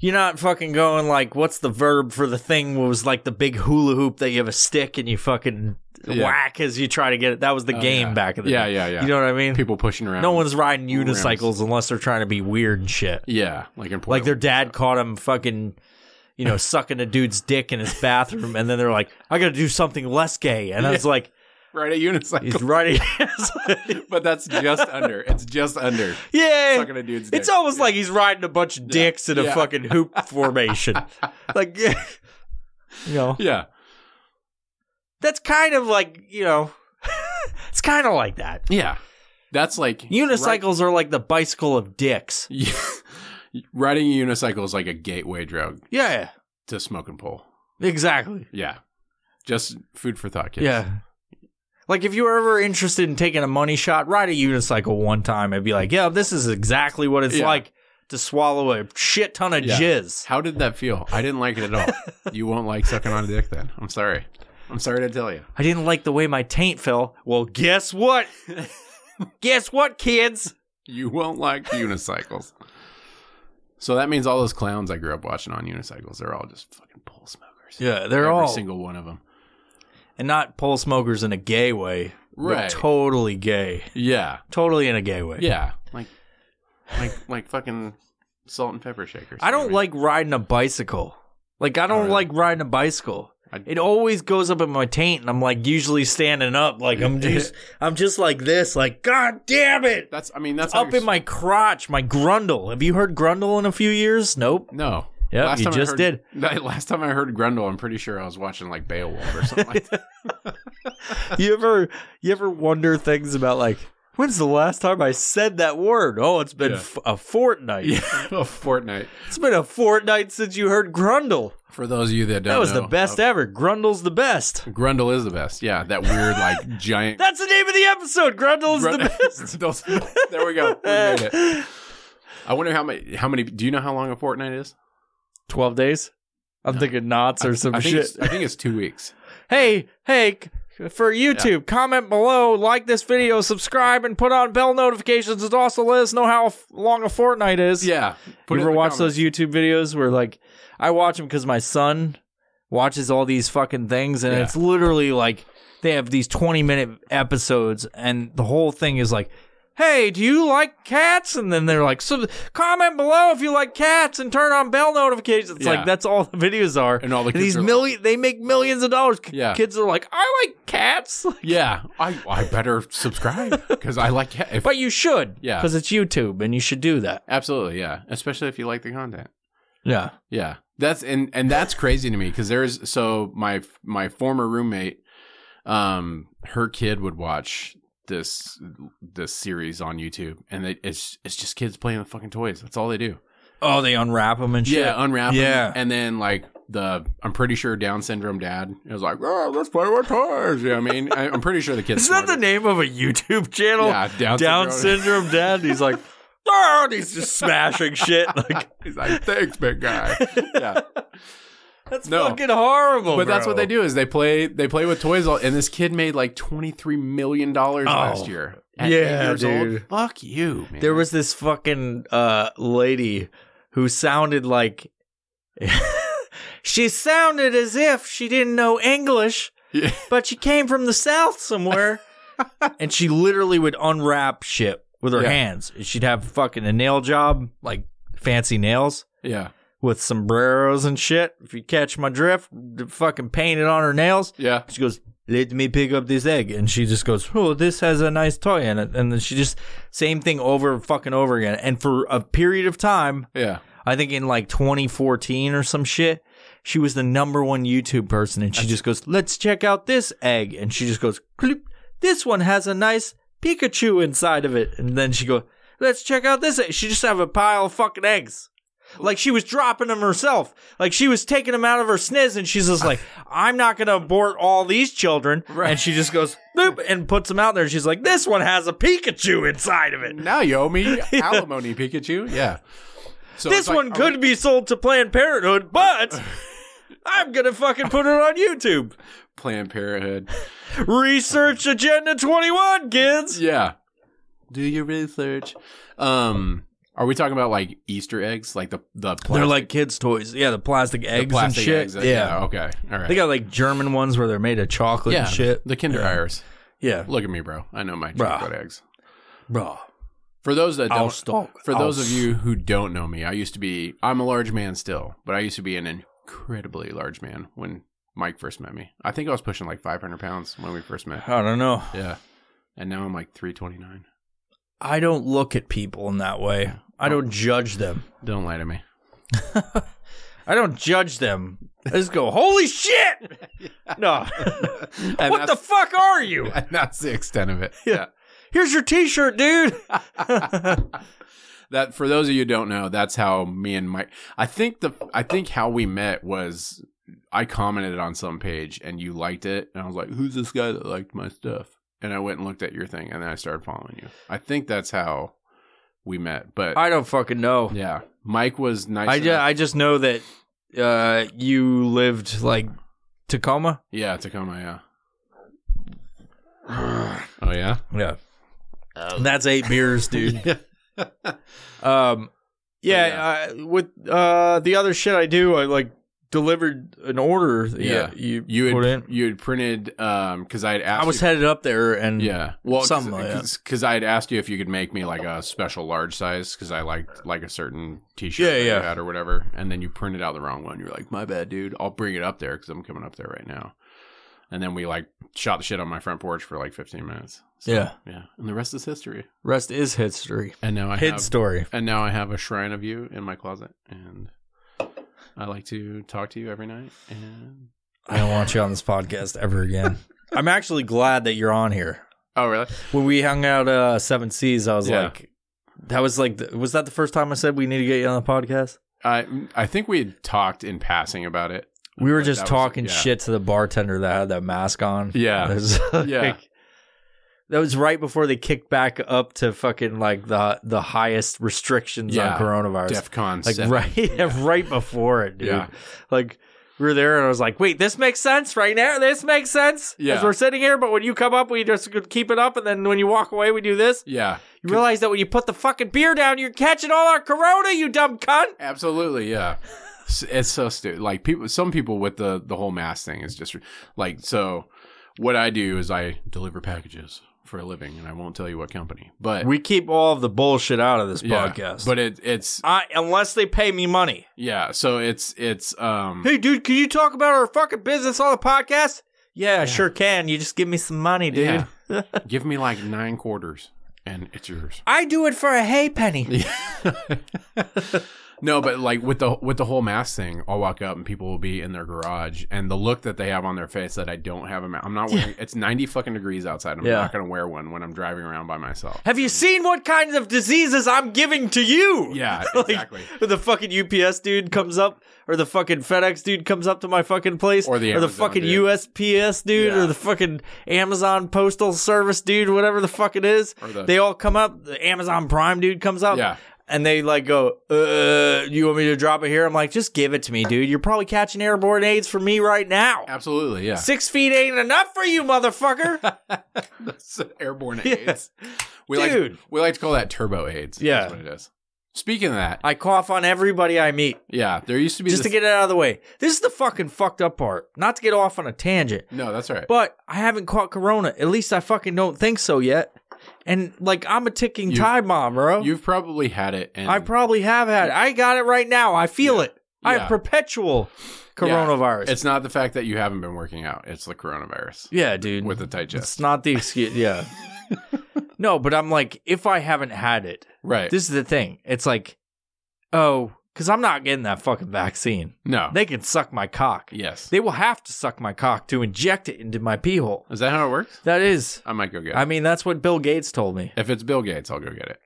S3: You're not fucking going like, what's the verb for the thing? What was like the big hula hoop that you have a stick and you fucking
S2: Yeah.
S3: whack as you try to get it? That was the
S2: Oh,
S3: game
S2: yeah.
S3: back in the
S2: yeah,
S3: day.
S2: yeah, yeah.
S3: You know what I mean?
S2: people pushing around.
S3: no one's riding
S2: Rims.
S3: unicycles unless they're trying to be weird and shit.
S2: Yeah, like in Portland.
S3: Like their dad caught him fucking, you know, sucking a dude's dick in his bathroom, and then they're like, "I got to do something less gay," and I was like,
S2: right at unicycle.
S3: "He's riding."
S2: but that's just under. It's just under.
S3: yeah,
S2: Sucking a dude's dick.
S3: It's almost like he's riding a bunch of dicks in a
S2: Yeah.
S3: fucking hoop formation. like, You know,
S2: Yeah.
S3: that's kind of like you know, it's kind of like that.
S2: Yeah. That's like
S3: Unicycles are like the bicycle of dicks.
S2: Yeah. Riding a unicycle is like a gateway drug
S3: Yeah,
S2: to smoke and pole.
S3: exactly.
S2: Yeah. Just food for thought, kids.
S3: Yeah. Like if you were ever interested in taking a money shot, ride a unicycle one time and be like, "Yeah, this is exactly what it's
S2: Yeah.
S3: like to swallow a shit ton of
S2: Yeah.
S3: jizz."
S2: How did that feel? I didn't like it at all. you won't like sucking on a dick then. I'm sorry. I'm sorry to tell you.
S3: I didn't like the way my taint fell. Well, guess what? guess what, kids?
S2: You won't like unicycles. So that means all those clowns I grew up watching on unicycles, they're all just fucking pole smokers.
S3: Yeah, they're
S2: Every
S3: all
S2: single one of them.
S3: and not pole smokers in a gay way. but
S2: Right.
S3: totally gay.
S2: Yeah.
S3: Totally in a gay way.
S2: Yeah. Like like like fucking salt and pepper shakers.
S3: I don't like riding a bicycle. Like I don't
S2: Alright.
S3: like riding a bicycle.
S2: I-
S3: It always goes up in my taint, and I'm like usually standing up, like I'm just, I'm just like this, like God damn it,
S2: that's I mean that's how
S3: up
S2: you're
S3: in my crotch, my grundle. Have you heard grundle in a few years? Nope.
S2: No.
S3: Yep,
S2: Last
S3: you
S2: time I
S3: just
S2: heard-
S3: did.
S2: Li- Last time I heard Grundle, I'm pretty sure I was watching like Beowulf or something like that.
S3: You ever, you ever wonder things about like when's the last time I said that word? Oh, it's been
S2: Yeah.
S3: f- a fortnight.
S2: yeah, a fortnight.
S3: It's been a fortnight since you heard grundle.
S2: For those of you that don't
S3: That was
S2: know,
S3: the best ever. Grundle's the best.
S2: uh, Grundle is the best. Yeah, that weird like giant.
S3: That's the name of the episode. Grundle's the
S2: Grun-
S3: best.
S2: Grundle's- there we go. We made it. I wonder how many. How many? Do you know how long a fortnight is?
S3: 12 days? I'm thinking knots or some
S2: I think
S3: shit.
S2: It's, I think it's two weeks.
S3: Hey, hey, c- for YouTube, comment below, like this video, subscribe, and put on bell notifications. And also let us know how f- long a fortnight is.
S2: Yeah.
S3: you ever watch those YouTube videos where, like, I watch them because my son watches all these fucking things, and
S2: Yeah.
S3: it's literally like they have these 20 minute episodes, and the whole thing is like, Hey, do you like cats? And then they're like, so comment below if you like cats and turn on bell notifications. It's
S2: Yeah.
S3: like that's all the videos are.
S2: And all the kids
S3: these
S2: are like-
S3: million they make millions of dollars. K-
S2: Yeah.
S3: Kids are like, I like cats. Like,
S2: Yeah. I I better subscribe because I like. If,
S3: but you should.
S2: Yeah.
S3: Because it's YouTube and you should do that.
S2: absolutely. Yeah. Especially if you like the content.
S3: Yeah.
S2: Yeah, that's and and that's crazy to me because there's so my my former roommate, um, her kid would watch this this series on YouTube, and they, it's it's just kids playing with fucking toys. That's all they do.
S3: Oh, they unwrap them and shit.
S2: Yeah, unwrap. 'em,
S3: Yeah.
S2: and then like the I'm pretty sure Down syndrome dad is like, oh, let's play with toys. You know what I mean, I, I'm pretty sure the kids.
S3: Is that the
S2: smarter.
S3: name of a YouTube channel?
S2: Yeah, Down,
S3: Down
S2: syndrome.
S3: syndrome dad. He's like, "Ah," and he's just smashing shit. Like
S2: He's like, thanks, big guy. Yeah.
S3: that's
S2: No.
S3: fucking horrible.
S2: But that's
S3: Oh, bro.
S2: what they do is they play they play with toys all, and this kid made like twenty three million dollars last year. At
S3: Oh. yeah,
S2: eight years
S3: dude.
S2: Old. Fuck you, man.
S3: There was this fucking uh, lady who sounded like she sounded as if she didn't know English,
S2: Yeah.
S3: but she came from the south somewhere, and she literally would unwrap shit with her
S2: Yeah.
S3: hands. She'd have fucking a nail job, like fancy nails.
S2: yeah,
S3: with sombreros and shit. If you catch my drift, d- fucking painted on her nails.
S2: yeah,
S3: She goes, "Let me pick up this egg," and she just goes, "Oh, this has a nice toy in it." And then she just same thing over and fucking over again. And for a period of time,
S2: yeah.
S3: I think in like 2014 or some shit, she was the number one YouTube person, and she just goes, "Let's check out this egg," and she just goes, "Cloop, "This one has a nice Pikachu inside of it," and then she goes. Let's check out this. egg." She just have a pile of fucking eggs. Like she was dropping them herself. Like she was taking them out of her sniz, and she's just like, "I'm not gonna abort all these children."
S2: Right.
S3: And she just goes boop and puts them out there. And she's like, "This one has a Pikachu inside of it.
S2: Now you owe me alimony, Pikachu. Yeah. So
S3: this
S2: it's like,
S3: one
S2: are
S3: could
S2: we-
S3: be sold to Planned Parenthood, but I'm gonna fucking put it on YouTube.
S2: Planned Parenthood.
S3: Research Agenda 21, kids.
S2: Yeah. Do your research. Um, are we talking about like Easter eggs, like the the plastic,
S3: They're like kids' toys. Yeah, the plastic
S2: the
S3: eggs
S2: plastic
S3: and shit.
S2: eggs? uh,
S3: yeah.
S2: Okay. All right.
S3: They got like German ones where they're made of chocolate
S2: yeah.
S3: and shit.
S2: The Kinder
S3: Yeah.
S2: Iris.
S3: Yeah.
S2: Look at me, bro. I know my
S3: Bruh.
S2: chocolate eggs.
S3: Bro.
S2: For those that
S3: I'll
S2: don't,
S3: stalk-
S2: for
S3: I'll
S2: those of
S3: s-
S2: you who don't know me, I used to be. I'm a large man still, but I used to be an incredibly large man when Mike first met me. I think I was pushing like 500 pounds when we first met.
S3: I don't know.
S2: Yeah, and now I'm like 329.
S3: I don't look at people in that way. I don't judge them.
S2: Don't lie to me.
S3: I don't judge them. I just go, holy shit! No.
S2: And
S3: what the
S2: that's-
S3: fuck are you?
S2: And that's the extent of it. Yeah.
S3: Here's your T-shirt, dude.
S2: that for those of you who don't know, that's how me and Mike. I think the I think how we met was I commented on some page and you liked it, and I was like, "Who's this guy that liked my stuff?" And I went and looked at your thing, and then I started following you. I think that's how we met. But
S3: I don't fucking know.
S2: yeah, Mike was nice.
S3: I just,
S2: enough-
S3: I just know that uh, you lived like Tacoma.
S2: yeah, Tacoma. Yeah. Oh yeah.
S3: Yeah. That's eight beers, dude.
S2: Yeah.
S3: Um, yeah, Uh, with uh, the other shit I do, I like delivered an order. That
S2: Yeah.
S3: you
S2: You
S3: put
S2: had
S3: in.
S2: you had printed um because I had asked.
S3: I was
S2: you-
S3: headed up there, and
S2: Yeah, Mm. well,
S3: Something like that.
S2: because I had asked you if you could make me like a special large size because I liked like a certain T-shirt,
S3: Yeah,
S2: that
S3: yeah.
S2: you had or whatever, and then you printed out the wrong one. You're like, my bad, dude. I'll bring it up there because I'm coming up there right now. And then we like shot the shit on my front porch for like 15 minutes. So,
S3: yeah.
S2: yeah, and the rest is history.
S3: Rest is history.
S2: And now I
S3: Hid
S2: have,
S3: story.
S2: and now I have a shrine of you in my closet, and I like to talk to you every night. And
S3: I don't want you on this podcast ever again. I'm actually glad that you're on here.
S2: oh, really?
S3: When we hung out uh Seven Seas, I was
S2: Yeah.
S3: like, that was like, the, was that the first time I said we need to get you on the podcast?
S2: I I think we had talked in passing about it.
S3: We were
S2: But
S3: just
S2: that was-
S3: talking
S2: yeah.
S3: shit to the bartender that had that mask on.
S2: Yeah.
S3: It was like-
S2: Yeah.
S3: that was right before they kicked back up to fucking like the the highest restrictions
S2: Yeah.
S3: on coronavirus.
S2: DEF CON
S3: like
S2: 7.
S3: right right before it, dude.
S2: Yeah.
S3: Like we were there and I was like, wait, this makes sense right now. This makes sense.
S2: Yeah.
S3: As we're sitting here, but when you come up, we just keep it up and then when you walk away we do this.
S2: Yeah,
S3: You realize that when you put the fucking beer down, you're catching all our corona, you dumb cunt.
S2: Absolutely, yeah. S- It's so stupid. Like people, some people with the the whole mask thing is just like so. What I do is I deliver packages for a living, and I won't tell you what company. But
S3: We keep all of the bullshit out of this
S2: yeah,
S3: podcast.
S2: But it, it's
S3: I, unless they pay me money.
S2: yeah. So it's it's um
S3: Hey, dude, can you talk about our fucking business on the podcast? Yeah, I sure can. You just give me some money, dude.
S2: give me like nine quarters, and it's yours.
S3: I do it for a hay penny.
S2: No, but like with the with the whole mask thing, I'll walk up and people will be in their garage, and the look that they have on their face that I don't have a mask. I'm not wearing. It's ninety fucking degrees outside. I'm
S3: Yeah.
S2: not gonna wear one when I'm driving around by myself.
S3: Have you seen what kinds of diseases I'm giving to you?
S2: Yeah,
S3: Like,
S2: exactly.
S3: the fucking UPS dude comes up, or the fucking FedEx dude comes up to my fucking place,
S2: Or the
S3: or the
S2: Amazon
S3: fucking
S2: dude.
S3: USPS dude,
S2: Yeah.
S3: or the fucking Amazon Postal Service dude, whatever the fuck it is.
S2: Or the-
S3: they all come up. The Amazon Prime dude comes up.
S2: Yeah.
S3: And they like go, uh, you want me to drop it here? I'm like, just give it to me, dude. You're probably catching airborne AIDS from me right now.
S2: Absolutely, yeah.
S3: Six feet ain't enough for you, motherfucker.
S2: airborne
S3: Yeah.
S2: AIDS. We
S3: Dude.
S2: like we like to call that turbo AIDS.
S3: Yeah.
S2: that's what it is. Speaking of that,
S3: I cough on everybody I meet.
S2: yeah, there used to be
S3: just to
S2: this,
S3: get it out of the way. This is the fucking fucked up part. Not to get off on a tangent,
S2: no, that's all right.
S3: but I haven't caught corona. At least I fucking don't think so yet. And like I'm a ticking
S2: You-
S3: time bomb, bro.
S2: You've probably had it, and
S3: I probably have had. It. I got it right now. I feel it. I
S2: Yeah.
S3: have perpetual
S2: Yeah.
S3: coronavirus.
S2: It's not the fact that you haven't been working out; it's the coronavirus
S3: yeah, dude.
S2: with a tight chest,
S3: it's not the excuse. Yeah. no, but I'm like, if I haven't had it,
S2: right?
S3: this is the thing. It's like, oh, because I'm not getting that fucking vaccine.
S2: no,
S3: They can suck my cock.
S2: yes,
S3: They will have to suck my cock to inject it into my pee hole.
S2: is that how it works?
S3: That is,
S2: I might go get. it.
S3: I mean, that's what Bill Gates told me.
S2: if it's Bill Gates, I'll go get it.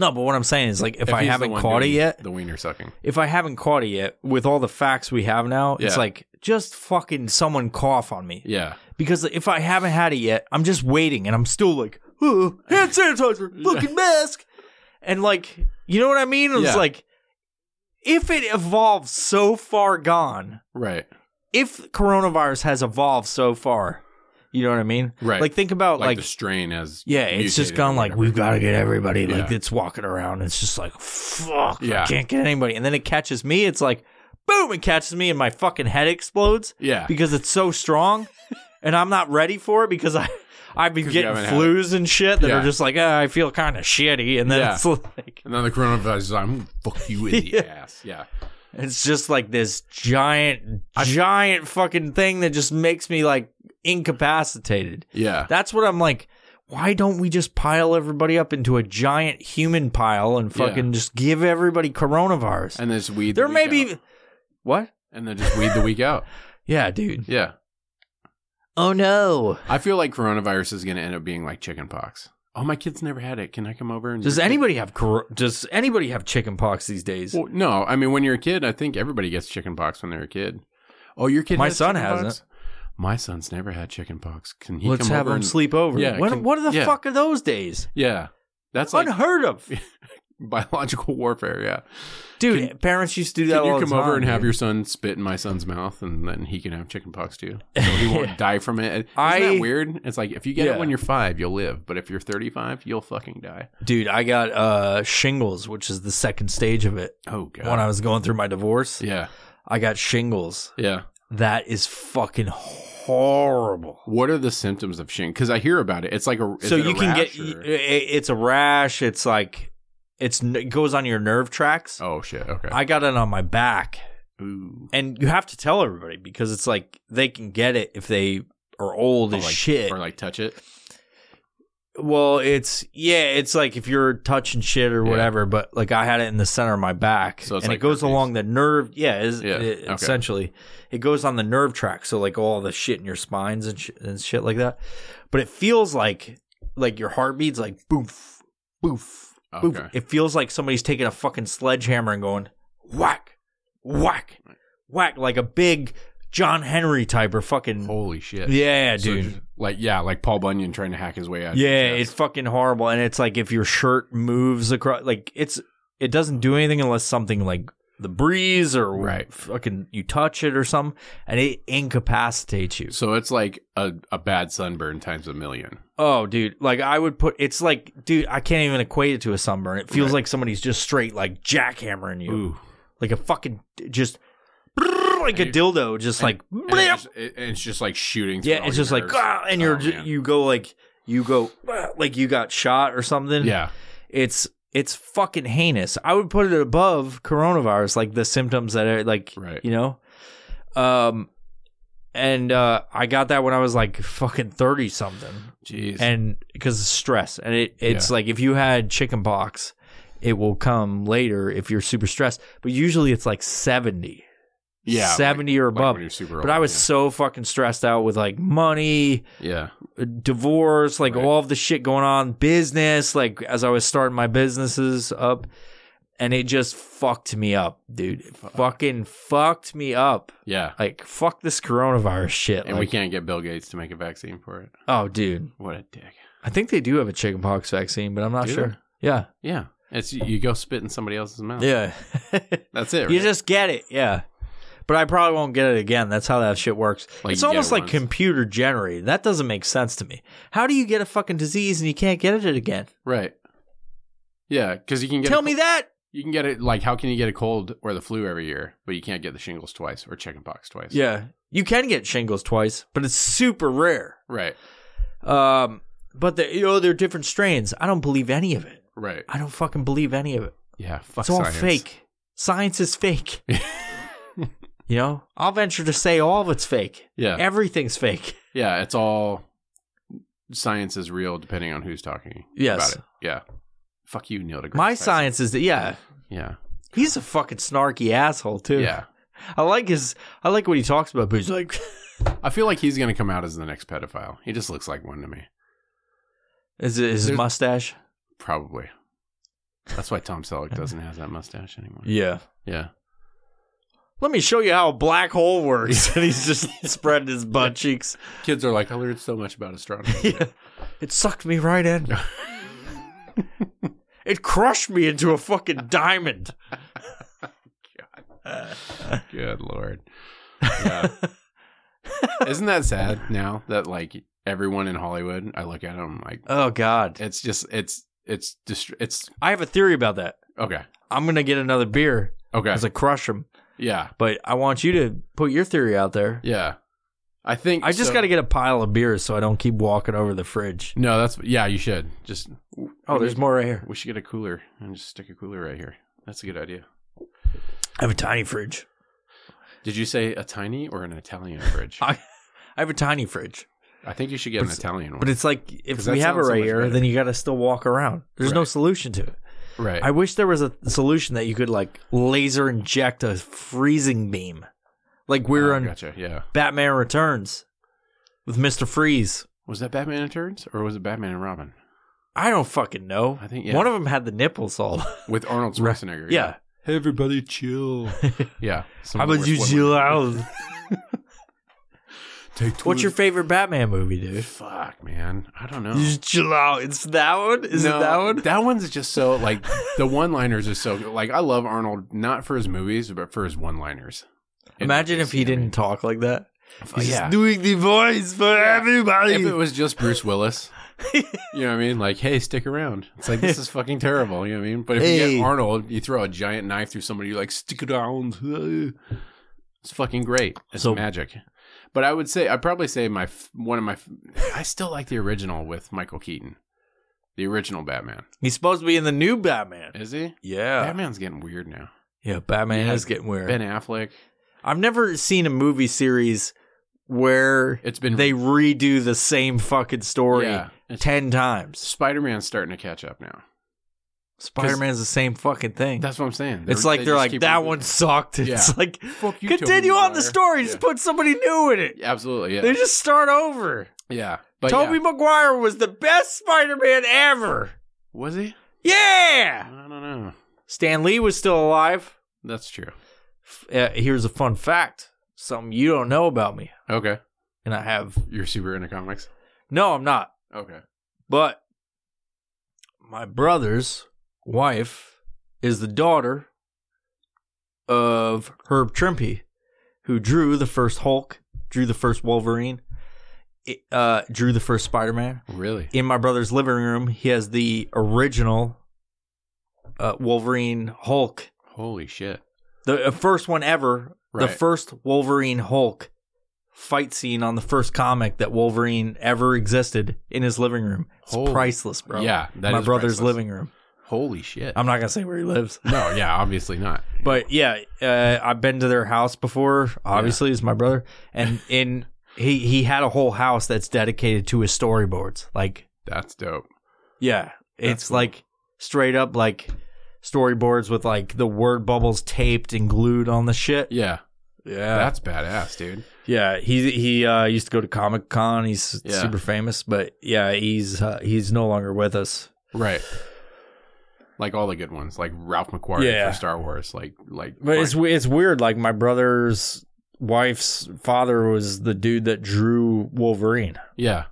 S3: No, but what I'm saying is, like, if, I
S2: he's the
S3: haven't
S2: one
S3: caught it
S2: doing
S3: yet,
S2: the wiener sucking.
S3: if I haven't caught it yet, with all the facts we have now, it's
S2: Yeah.
S3: like just fucking someone cough on me
S2: Yeah,
S3: because if I haven't had it yet, I'm just waiting and I'm still like "Uh, hand sanitizer, fucking mask, and like, you know what I mean? It's
S2: Yeah.
S3: like if it evolves so far gone,
S2: right.
S3: if coronavirus has evolved so far, you know what I mean?
S2: Right.
S3: Like think about
S2: Like,
S3: like,
S2: the strain has.
S3: yeah, it's just
S2: mutated
S3: gone
S2: or
S3: like
S2: whatever.
S3: we've got to get everybody
S2: Yeah.
S3: like that's walking around. It's just like fuck,
S2: Yeah.
S3: I can't get anybody. And then it catches me. It's like boom, it catches me, and my fucking head explodes
S2: Yeah,
S3: because it's so strong, and I'm not ready for it because I. I've been
S2: 'Cause you
S3: getting
S2: haven't had
S3: flus and shit that
S2: Yeah.
S3: are just like, ah, I feel kind of shitty, and then
S2: Yeah.
S3: it's like,
S2: and then the coronavirus is like, I'm gonna fuck you in the
S3: Yeah.
S2: ass. Yeah,
S3: It's just like this giant, giant fucking thing that just makes me like incapacitated.
S2: yeah.
S3: That's what I'm like. Why don't we just pile everybody up into a giant human pile and fucking just give everybody coronavirus?
S2: and this weed.
S3: there
S2: that
S3: may
S2: we got.
S3: be. What?
S2: and then just weed the week out.
S3: Yeah, dude.
S2: Yeah.
S3: Oh no.
S2: I feel like coronavirus is going to end up being like chicken pox. Oh, my kid's never had it. Can I come over? And
S3: Does
S2: your kid-
S3: anybody have cor- does anybody have chicken pox these days?
S2: Well, no, I mean when you're a kid, I think everybody gets chicken pox when they're a kid. Oh, your kid.
S3: My
S2: has
S3: son
S2: chicken
S3: hasn't.
S2: pox? My son's never had chicken pox. Can he
S3: Let's
S2: come
S3: have
S2: over
S3: them
S2: and-
S3: sleep over.
S2: Yeah,
S3: When-
S2: can-
S3: what the
S2: yeah.
S3: fuck are those days?
S2: Yeah, that's like
S3: Unheard of,
S2: biological warfare. Yeah,
S3: dude. parents used to do that.
S2: can you
S3: all the
S2: come over
S3: time,
S2: and have
S3: dude.
S2: your son spit in my son's mouth, and then he can have chicken pox too, so he won't die from it. Isn't
S3: I-
S2: that weird? It's like if you get
S3: Yeah.
S2: it when you're five, you'll live, but if you're 35, you'll fucking die.
S3: dude? I got uh, shingles, which is the second stage of it.
S2: Oh god.
S3: When I was going through my divorce,
S2: yeah,
S3: I got shingles.
S2: yeah.
S3: That is fucking horrible.
S2: What are the symptoms of shingles? Because I hear about it. It's like a. is
S3: so
S2: it a
S3: you can
S2: rash
S3: get uh,
S2: or-
S3: i- i- it's a rash. It's like it's n- it goes on your nerve tracks.
S2: oh shit. Okay.
S3: I got it on my back,
S2: Ooh.
S3: and you have to tell everybody because it's like they can get it if they are old
S2: Or
S3: as
S2: Oh, like-
S3: shit.
S2: Or like touch it.
S3: well, it's yeah, it's like if you're touching shit or
S2: Yeah.
S3: whatever. But like I had it in the center of my back,
S2: So it's
S3: and
S2: like
S3: it goes
S2: herpes.
S3: along the nerve. Yeah, is
S2: Yeah,
S3: it-
S2: okay.
S3: essentially, it goes on the nerve track. So like all the shit in your spines and sh- and shit like that. But it feels like like your heartbeat's like boof, boof, boof.
S2: Okay.
S3: It feels like somebody's taking a fucking sledgehammer and going whack, whack, whack, like a big John Henry type or fucking
S2: Holy shit.
S3: yeah,
S2: So
S3: dude.
S2: just- like yeah, like Paul Bunyan trying to hack his way out. of
S3: Yeah,
S2: your
S3: it's
S2: chest.
S3: fucking horrible. And it's like if your shirt moves across, like it's it doesn't do anything unless something like the breeze or
S2: Right.
S3: fucking you touch it or something, and it incapacitates you.
S2: so it's like a, a bad sunburn times a million.
S3: Oh, dude, like I would put it's like, dude, I can't even equate it to a sunburn. It feels
S2: Right.
S3: like somebody's just straight like jackhammering you,
S2: Ooh.
S3: like a fucking just like a
S2: And
S3: dildo, just like
S2: And it's, it- and it's just like shooting. through
S3: yeah,
S2: all
S3: it's
S2: your
S3: just like
S2: nerves.
S3: "Ah," and you're
S2: Oh,
S3: ju-
S2: man.
S3: you go like you go "Ah," like you got shot or something.
S2: yeah.
S3: it's it's fucking heinous. I would put it above coronavirus, like the symptoms that are like
S2: Right.
S3: you know. Um and uh I got that when I was like fucking thirty something.
S2: Jeez.
S3: And because of stress. And it it's like if you had chicken pox, it will come later if you're super stressed. But usually it's like seventy.
S2: yeah. like-
S3: Seventy or
S2: like
S3: above.
S2: when you're super
S3: but
S2: old,
S3: I was so fucking stressed out with like money,
S2: Yeah.
S3: divorce, like
S2: Right.
S3: all of the shit going on, business, like as I was starting my businesses up, and it just fucked me up, dude. It Fucking fucked me up.
S2: Yeah.
S3: Like fuck this coronavirus shit.
S2: And we
S3: like,
S2: can't get Bill Gates to make a vaccine for it.
S3: Oh, dude.
S2: What a dick.
S3: I think they do have a chickenpox vaccine, but I'm not
S2: Do
S3: sure.
S2: they?
S3: Yeah.
S2: Yeah. It's you go spit in somebody else's mouth.
S3: Yeah.
S2: That's it. Right?
S3: you just get it. Yeah. But I probably won't get it again. That's how that shit works.
S2: Like,
S3: it's
S2: you get
S3: almost
S2: it
S3: like
S2: once.
S3: computer generated. That doesn't make sense to me. How do you get a fucking disease and you can't get it again?
S2: right. Yeah, because you can get
S3: Tell
S2: a
S3: me that.
S2: You can get it like how can you get a cold or the flu every year, but you can't get the shingles twice or chickenpox twice.
S3: Yeah. You can get shingles twice, but it's super rare.
S2: Right.
S3: Um, but the, you know, there are different strains. I don't believe any of it.
S2: Right.
S3: I don't fucking believe any of it.
S2: Yeah. Fuck
S3: it's all
S2: science.
S3: fake. Science is fake. you know, I'll venture to say all of it's fake.
S2: Yeah.
S3: Everything's fake.
S2: yeah. It's all science is real depending on who's talking
S3: Yes.
S2: about it. Yeah. Fuck you, Neil deGrasse.
S3: My
S2: Tyson.
S3: science is that, yeah,
S2: Yeah.
S3: he's a fucking snarky asshole, too.
S2: Yeah.
S3: I like his, I like what he talks about, but he's like,
S2: I feel like he's gonna come out as the next pedophile. He just looks like one to me.
S3: is it his
S2: There's-
S3: mustache?
S2: Probably. That's why Tom Selleck doesn't have that mustache anymore.
S3: Yeah.
S2: Yeah.
S3: Let me show you how a black hole works. and he's just spreading his butt cheeks.
S2: Kids are like, I learned so much about astronomy.
S3: Yeah. It sucked me right in. it crushed me into a fucking diamond.
S2: Good lord. Yeah. Isn't that sad now that like everyone in Hollywood, I look at them like
S3: Oh God.
S2: it's just it's it's dist- it's
S3: I have a theory about that.
S2: okay.
S3: I'm gonna get another beer
S2: Okay.
S3: because I crush him.
S2: yeah.
S3: But I want you to put your theory out there.
S2: Yeah. I think
S3: I just
S2: so-
S3: gotta get a pile of beers so I don't keep walking over the fridge.
S2: No, that's yeah, you should. Just
S3: Oh, there's more right here.
S2: we should get a cooler and just stick a cooler right here. That's a good idea.
S3: I have a tiny fridge.
S2: Did you say a tiny or an Italian fridge? I,
S3: I I have a tiny fridge.
S2: think you should get an Italian one.
S3: But it's like if
S2: 'Cause that
S3: we have it
S2: sounds so
S3: right
S2: much
S3: here,
S2: better.
S3: then you gotta still walk around. There's no
S2: Right.
S3: solution to it.
S2: Right.
S3: I wish there was a solution that you could like laser inject a freezing beam, like we were
S2: Oh,
S3: on
S2: gotcha. Yeah.
S3: Batman Returns with Mister Freeze.
S2: Was that Batman Returns or was it Batman and Robin
S3: I don't fucking know.
S2: I think, yeah.
S3: one of them had the nipples all.
S2: with Arnold
S3: Right.
S2: Schwarzenegger?
S3: yeah.
S2: Hey, everybody, chill. yeah.
S3: How about you chill out?
S2: Take two
S3: What's your
S2: of-
S3: favorite Batman movie, dude?
S2: Fuck, man. I don't know.
S3: You just chill out. It's that one. Is
S2: Oh. No,
S3: it that one?
S2: That one's just so like the one-liners are so good. like I love Arnold not for his movies but for his one-liners. In
S3: Imagine
S2: movies,
S3: if he
S2: you know what I
S3: didn't
S2: mean?
S3: talk like that. He's
S2: Oh, yeah.
S3: just doing the voice for
S2: Yeah.
S3: everybody.
S2: If it was just Bruce Willis, you know what I mean? Like, hey, stick around. It's like this is fucking terrible. You know what I mean? But if you
S3: Hey.
S2: get Arnold, you throw a giant knife through somebody. You're like, stick around. It's fucking great. It's
S3: So-
S2: magic. But I would say I'd probably say my f- one of my f- I still like the original with Michael Keaton, the original Batman.
S3: He's supposed to be in the new Batman.
S2: Is he?
S3: Yeah.
S2: Batman's getting weird now.
S3: Yeah, Batman
S2: Yeah.
S3: is getting weird.
S2: Ben Affleck.
S3: I've never seen a movie series where
S2: It's been
S3: they redo the same fucking story
S2: Yeah. It's-
S3: 10 times.
S2: Spider Man's starting to catch up now.
S3: Spider Man's the same fucking thing.
S2: That's what I'm saying.
S3: it's like
S2: they
S3: they're
S2: just
S3: like,
S2: keep
S3: that
S2: rebooting.
S3: one sucked.
S2: Yeah.
S3: It's like,
S2: Fuck you, Tobey
S3: continue on the
S2: Maguire.
S3: story.
S2: Yeah.
S3: Just put somebody new in it.
S2: Absolutely, yeah,
S3: They just start over.
S2: yeah. But
S3: Toby
S2: yeah.
S3: Maguire was the best Spider Man ever.
S2: Was he? I
S3: Yeah.
S2: don't know.
S3: Stan Lee was still alive.
S2: That's true.
S3: F- Uh, here's a fun fact something you don't know about me.
S2: Okay.
S3: And I have.
S2: You're super into comics.
S3: No, I'm not.
S2: Okay.
S3: But my brother's wife is the daughter of Herb Trimpe, who drew the first Hulk, drew the first Wolverine, i- uh, drew the first Spider Man.
S2: Really?
S3: In my brother's living room, he has the original uh, Wolverine Hulk,
S2: Holy shit.
S3: the uh, first one ever, the
S2: Right.
S3: first Wolverine Hulk fight scene on the first comic that Wolverine ever existed in his living room. It's
S2: Holy-
S3: priceless, bro
S2: Yeah. that
S3: my
S2: is
S3: brother's
S2: priceless.
S3: living room.
S2: Holy shit.
S3: I'm not gonna say where he lives,
S2: no, yeah, obviously not.
S3: but yeah, uh, I've been to their house before. Obviously, it's my brother, and in he he had a whole house that's dedicated to his storyboards. Like,
S2: That's dope.
S3: yeah, it's
S2: cool.
S3: like straight up like storyboards with like the word bubbles taped and glued on the shit.
S2: Yeah.
S3: Yeah,
S2: That's badass, dude.
S3: yeah. He he uh, used to go to Comic Con. He's
S2: Yeah.
S3: super famous, but yeah, he's uh, he's no longer with us.
S2: Right. Like all the good ones, like Ralph McQuarrie
S3: Yeah.
S2: for Star Wars, like like
S3: But it's we- it's weird. Like my brother's wife's father was the dude that drew Wolverine
S2: yeah.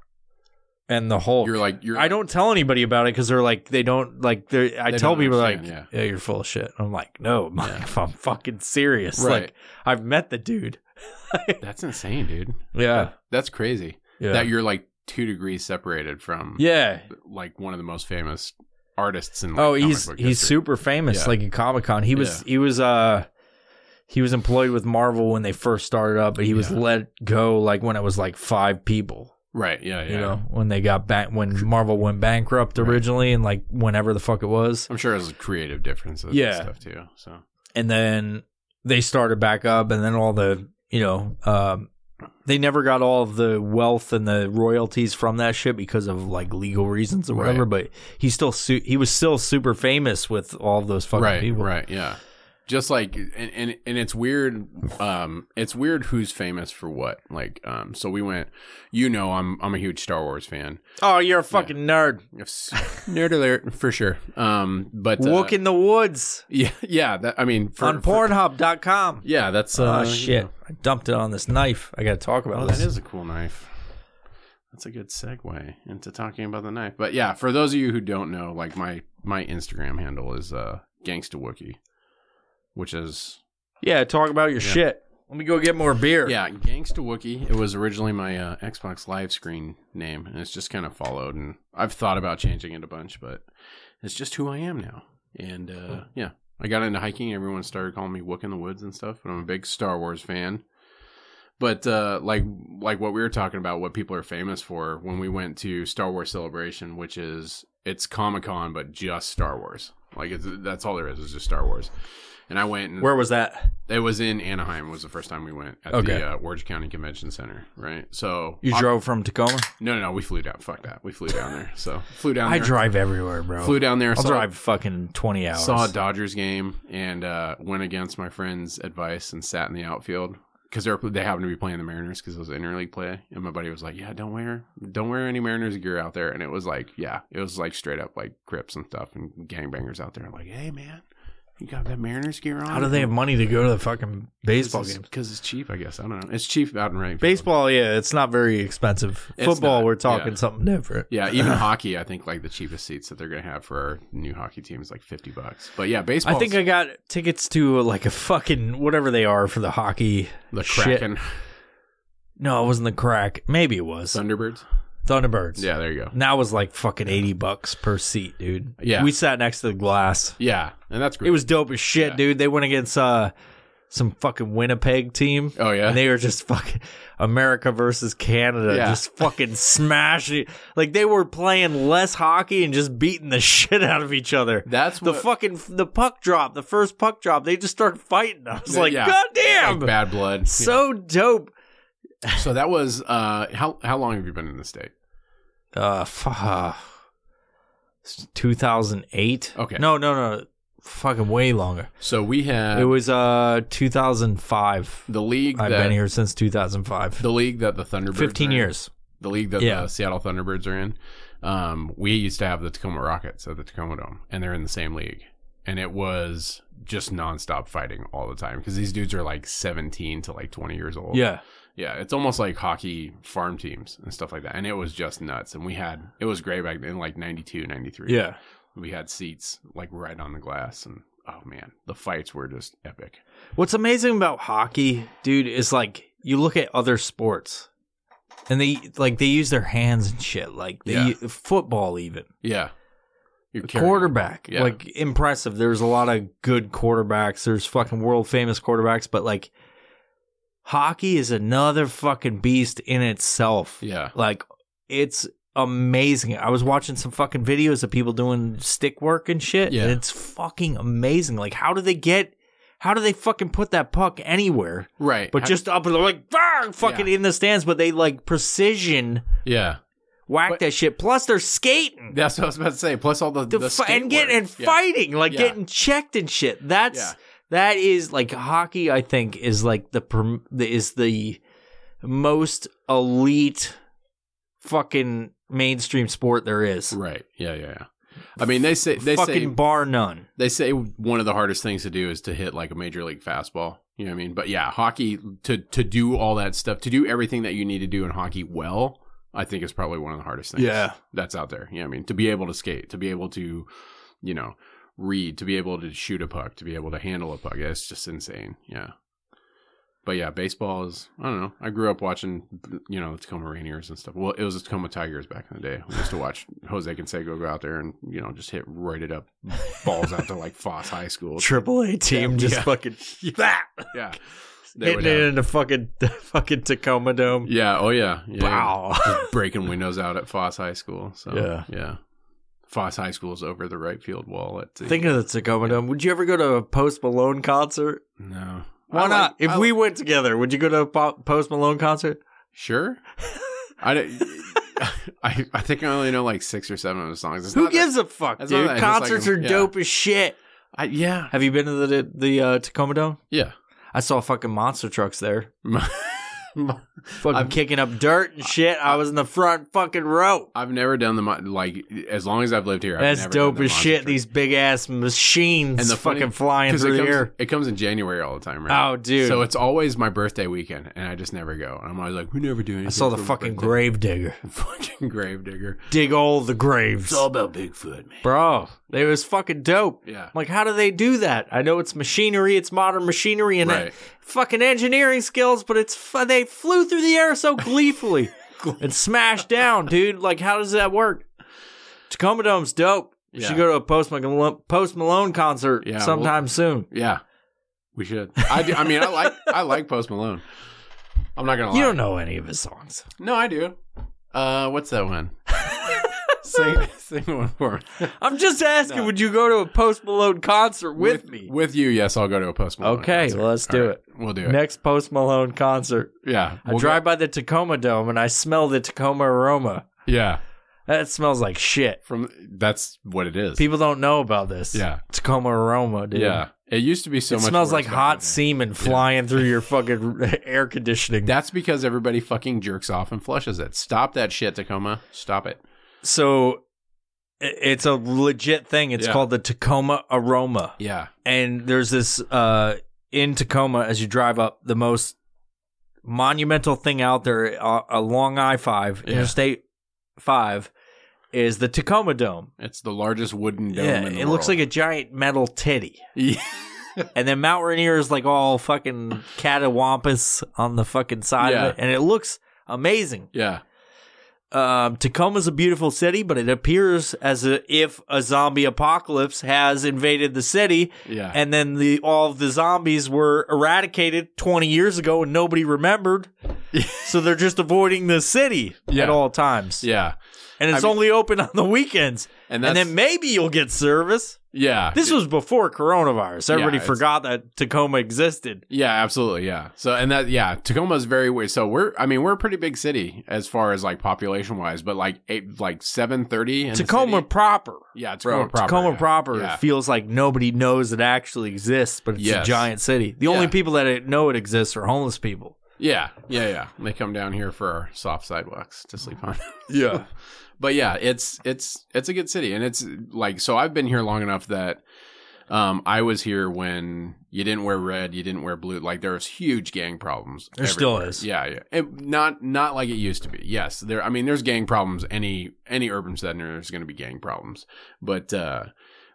S3: and the Hulk.
S2: You're like you're
S3: I don't tell anybody about it because they're like they don't like they. I
S2: They
S3: tell
S2: don't
S3: people like,
S2: understand,
S3: yeah. you're full of shit." I'm like, "No, Mike, I'm fucking serious.
S2: Right.
S3: Like, I've met the dude.
S2: That's insane, dude.
S3: Yeah,
S2: That- that's crazy.
S3: yeah,
S2: That you're like 2 degrees separated from
S3: yeah.
S2: like one of the most famous artists in like,
S3: Oh,
S2: comic
S3: he's
S2: book
S3: he's
S2: history.
S3: super famous.
S2: Yeah.
S3: Like in Comic Con, he was he was uh he was employed with Marvel when they first started up, but he was
S2: Yeah.
S3: let go like when it was like five people.
S2: right. Yeah, yeah.
S3: you know when they got back when marvel went bankrupt
S2: Right.
S3: originally and like whenever the fuck it was
S2: I'm sure it was creative differences
S3: Yeah.
S2: and stuff too. So
S3: and then they started back up and then all the you know um they never got all of the wealth and the royalties from that shit because of like legal reasons or whatever but he still su- he was still super famous with all those fucking
S2: right,
S3: people
S2: right, yeah. Just like and, and and it's weird. Um, it's weird who's famous for what. Like, um, so we went. You know, I'm I'm a huge Star Wars fan.
S3: oh you're a fucking nerd
S2: Yes. Nerd alert for sure. Um, but uh,
S3: walk in the woods
S2: yeah, yeah. That I mean, for,
S3: on
S2: for-
S3: pornhub.com
S2: yeah, that's uh,
S3: oh
S2: you
S3: shit
S2: know.
S3: i dumped it on this knife i gotta talk about
S2: Oh,
S3: this
S2: that is a cool knife. That's a good segue into talking about the knife. But yeah, for those of you who don't know, like my my Instagram handle is uh Gangsta Wookie, which is
S3: yeah talk about your shit let me go get more beer
S2: yeah Gangsta Wookie. It was originally my uh, Xbox Live Screen name, and it's just kind of followed. And I've thought about changing it a bunch, but it's just who I am now. And uh, yeah, I got into hiking. Everyone started calling me Wook in the Woods and stuff. But I'm a big Star Wars fan. But uh, like like what we were talking about, what people are famous for when we went to Star Wars Celebration, which is it's Comic Con but just Star Wars. Like it's, that's all there is is just Star Wars. and I went and
S3: Where was that?
S2: it was in Anaheim was the first time we went at
S3: Okay.
S2: the uh, Orange County Convention Center, right? So
S3: You
S2: I-
S3: drove from Tacoma?
S2: no, no, no, we flew down. Fuck that, we flew down there. So flew down.
S3: I
S2: there,
S3: drive everywhere, bro.
S2: Flew down there.
S3: I'll
S2: saw-
S3: drive fucking 20 hours.
S2: Saw a Dodgers game and uh, went against my friend's advice and sat in the outfield because they were- they happened to be playing the Mariners because it was interleague play. And my buddy was like, "Yeah, don't wear don't wear any Mariners gear out there." And it was like, yeah, it was like straight up like Crips and stuff and gangbangers out there. I'm like, hey man, you got that Mariners gear on?
S3: How do they have money to go to the fucking baseball game?
S2: Because it's cheap, I guess. I don't know. It's cheap out in Rank.
S3: Baseball, yeah, it's not very expensive.
S2: It's
S3: Football,
S2: not,
S3: we're talking
S2: yeah.
S3: something different.
S2: Yeah, even hockey. I think like the cheapest seats that they're gonna have for our new hockey team is like fifty bucks. But yeah, baseball.
S3: I think I got tickets to uh, like a fucking whatever they are for the hockey.
S2: the
S3: shit.
S2: Kraken
S3: No, it wasn't the crack. Maybe it was
S2: Thunderbirds.
S3: Thunderbirds.
S2: Yeah, there you go.
S3: And that was like fucking 80 bucks per seat, dude.
S2: Yeah.
S3: We sat next to the glass.
S2: Yeah, and that's great.
S3: It was dope as shit,
S2: Yeah.
S3: dude. They went against uh some fucking Winnipeg team.
S2: Oh yeah,
S3: And they were just fucking America versus Canada,
S2: Yeah.
S3: just fucking smashing. Like they were playing less hockey and just beating the shit out of each other.
S2: that's
S3: the
S2: what,
S3: fucking the puck drop, the first puck drop, they just started fighting. I was like,
S2: Yeah.
S3: God damn,
S2: like bad blood.
S3: so dope.
S2: Yeah. So that was uh, how how long have you been in the state?
S3: Uh, f- two thousand eight.
S2: Oh, Okay.
S3: no, no, no, fucking way longer.
S2: So we had
S3: it was uh two thousand five.
S2: the league
S3: I've
S2: that
S3: been here since two thousand five.
S2: the league that the Thunderbirds
S3: Fifteen
S2: are in,
S3: years.
S2: the league that
S3: Yeah.
S2: the Seattle Thunderbirds are in. Um, we used to have the Tacoma Rockets at the Tacoma Dome, and they're in the same league, and it was just nonstop fighting all the time because these dudes are like seventeen to like twenty years old.
S3: Yeah,
S2: Yeah, it's almost like hockey farm teams and stuff like that. And it was just nuts. And we had, it was great back then, like 92, 93.
S3: yeah.
S2: we had seats like right on the glass and oh man the fights were just epic
S3: What's amazing about hockey, dude, is like you look at other sports, and they like they use their hands and shit. Like they
S2: Yeah.
S3: football, even.
S2: yeah You're
S3: The
S2: carrying-
S3: quarterback,
S2: Yeah.
S3: like impressive. There's a lot of good quarterbacks. There's fucking world famous quarterbacks, but like hockey is another fucking beast in itself.
S2: yeah
S3: Like it's amazing. I was watching some fucking videos of people doing stick work and shit,
S2: Yeah.
S3: and it's fucking amazing. Like how do they get? How do they fucking put that puck anywhere?
S2: right
S3: But
S2: I-
S3: just up and they're like, "Bang!" fucking
S2: Yeah.
S3: in the stands, but they like precision
S2: yeah
S3: whack
S2: But-
S3: that shit. Plus they're skating
S2: that's what i was about to say plus all the,
S3: the,
S2: the,
S3: fi-
S2: skate
S3: and getting
S2: work.
S3: and
S2: Yeah.
S3: fighting, like
S2: Yeah.
S3: getting checked and shit. That's
S2: Yeah.
S3: that is like hockey. I think is like the prom- the- is the most elite fucking mainstream sport there is.
S2: right yeah yeah yeah i mean they say they
S3: fucking
S2: say
S3: bar none.
S2: they say one of the hardest things to do is to hit like a major league fastball you know what i mean but yeah hockey to to do all that stuff to do everything that you need to do in hockey well i think is probably one of the hardest things that's out there. You know what I mean? To be able to skate, to be able to, you know, read, to be able to shoot a puck, to be able to handle a puck. Yeah, it's just insane. Yeah. But yeah, baseball is, I don't know. I grew up watching, you know, the Tacoma Rainiers and stuff. Well, it was the Tacoma Tigers back in the day. We used to watch Jose Canseco go out there and, you know, just hit right it up balls out to like Foss High School.
S3: Triple A team just
S2: Yeah.
S3: fucking that
S2: Yeah. They would
S3: hitting it
S2: have-
S3: in the fucking the fucking Tacoma Dome.
S2: yeah. Oh, yeah. yeah
S3: Wow.
S2: Just breaking windows out at Foss High School. So,
S3: Yeah.
S2: yeah. Yeah. Foss High School's over the right field wall at the
S3: Think of the Tacoma Dome. Would you ever go to a Post Malone concert?
S2: No.
S3: Why
S2: I like-
S3: not? if
S2: I
S3: we
S2: like-
S3: went together, would you go to a Po- Post Malone concert?
S2: sure, I, don't- I I think I only know like six or seven of the songs. It's
S3: Who
S2: not that-
S3: gives a fuck,
S2: that's not
S3: dude?
S2: that- it's just like
S3: Concerts
S2: a-
S3: are
S2: yeah.
S3: dope as shit.
S2: I, yeah,
S3: Have you been to the the uh, Tacoma Dome?
S2: yeah.
S3: I saw fucking monster trucks there, fucking
S2: I've-
S3: kicking up dirt and shit. I was in the front fucking row.
S2: I've never done the mon- like as long as I've lived here. I've
S3: That's
S2: never
S3: dope
S2: done the
S3: as shit.
S2: monster
S3: These big ass machines
S2: And the funny-
S3: fucking flying
S2: because it
S3: through the
S2: comes,
S3: air.
S2: it comes in January all the time, right?
S3: Oh, dude!
S2: So it's always my birthday weekend, and I just never go. And I'm always like, we never do anything.
S3: I saw the
S2: for my
S3: fucking
S2: birthday."
S3: grave digger
S2: fucking grave digger.
S3: dig all the graves,
S2: about Bigfoot, man.
S3: bro. It was fucking dope.
S2: Yeah,
S3: I'm like, how do they do that? I know it's machinery, it's modern machinery, and
S2: Right.
S3: fucking engineering skills, but it's fu- they flew through the air so gleefully and smashed down, dude. Like, how does that work? Tacoma Dome's dope. You should
S2: Yeah.
S3: go to a Post Malone, Post Malone concert
S2: Yeah,
S3: sometime soon.
S2: yeah. We should. I do. I mean, I like I like Post Malone. I'm not gonna lie.
S3: You don't know any of his songs.
S2: No, I do. Uh, what's that one? sing, sing one for me.
S3: I'm just asking, would you go to a Post Malone concert with, me?
S2: With you, yes, I'll go to a Post Malone.
S3: Okay,
S2: concert.
S3: well, let's
S2: All
S3: do
S2: right, We'll do it.
S3: Next Post Malone concert.
S2: yeah,
S3: I
S2: we'll
S3: drive by the Tacoma Dome and I smell the Tacoma aroma.
S2: Go, yeah,
S3: That smells like shit.
S2: from that's what it is.
S3: People don't know about this.
S2: yeah,
S3: Tacoma aroma, dude.
S2: yeah. It used to be so
S3: it
S2: much.
S3: smells
S2: worse
S3: like
S2: back
S3: hot
S2: then.
S3: semen flying through your fucking air conditioning.
S2: That's because everybody fucking jerks off and flushes it. Stop that shit, Tacoma. Stop it.
S3: so i- it's a legit thing. It's
S2: Yeah.
S3: called the Tacoma aroma.
S2: Yeah,
S3: and there's this uh in Tacoma as you drive up the most monumental thing out there uh, along I-5
S2: Yeah.
S3: Interstate 5 is the Tacoma Dome.
S2: it's the largest wooden dome.
S3: yeah,
S2: in
S3: it
S2: the
S3: looks like
S2: world.
S3: a giant metal titty.
S2: Yeah.
S3: And then Mount Rainier is like all fucking catawampus on the fucking side
S2: Yeah.
S3: of it and it looks amazing.
S2: yeah,
S3: Um, Tacoma's a beautiful city, but it appears as a, if a zombie apocalypse has invaded the city
S2: yeah.
S3: and then the all of the zombies were eradicated 20 years ago and nobody remembered so they're just avoiding the city
S2: Yeah.
S3: at all times
S2: yeah,
S3: and it's
S2: I mean-
S3: only open on the weekends
S2: and
S3: and
S2: that's
S3: then maybe you'll get service
S2: yeah.
S3: this was before coronavirus everybody
S2: it's-
S3: forgot that tacoma existed
S2: Yeah, absolutely. Yeah. So and that yeah, Tacoma's very weird. So we're I mean we're a pretty big city as far as like population wise, but like eight like seven thirty.
S3: tacoma proper
S2: yeah, Tacoma
S3: Bro,
S2: proper.
S3: Tacoma
S2: yeah.
S3: proper
S2: Yeah.
S3: feels like nobody knows it actually exists, but it's
S2: Yes.
S3: a giant city. The only
S2: Yeah.
S3: people that it- know it exists are homeless people.
S2: yeah, yeah, yeah. They come down here for our soft sidewalks to sleep on.
S3: Yeah.
S2: but yeah, it's it's it's a good city, and it's like so. I've been here long enough that um I was here when you didn't wear red, you didn't wear blue. Like there was huge gang problems.
S3: There still
S2: everywhere.
S3: is.
S2: Yeah, yeah. It, not not like it used to be. Yes, there. I mean, there's gang problems. Any any urban center, there's going to be gang problems. But uh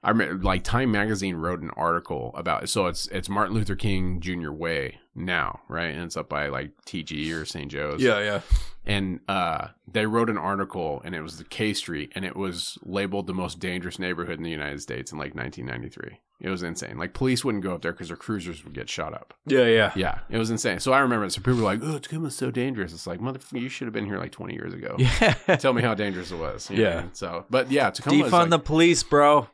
S2: I remember, like Time Magazine wrote an article about. So it's it's Martin Luther King Jr. Way now, right? And it's up by like TG or St. Joe's
S3: yeah.
S2: and uh, they wrote an article, and it was the K Street, and it was labeled the most dangerous neighborhood in the United States in like 1993. It was insane. Like police wouldn't go up there because their cruisers would get shot up.
S3: Yeah, yeah.
S2: Yeah, it was insane. So I remember it. So people were like, "Oh, Tacoma's so dangerous." It's like, motherfucker, you should have been here like 20 years ago.
S3: Yeah.
S2: Tell me how dangerous it was. you
S3: Yeah.
S2: know? So, but yeah, Tacoma.
S3: Defund the police, bro.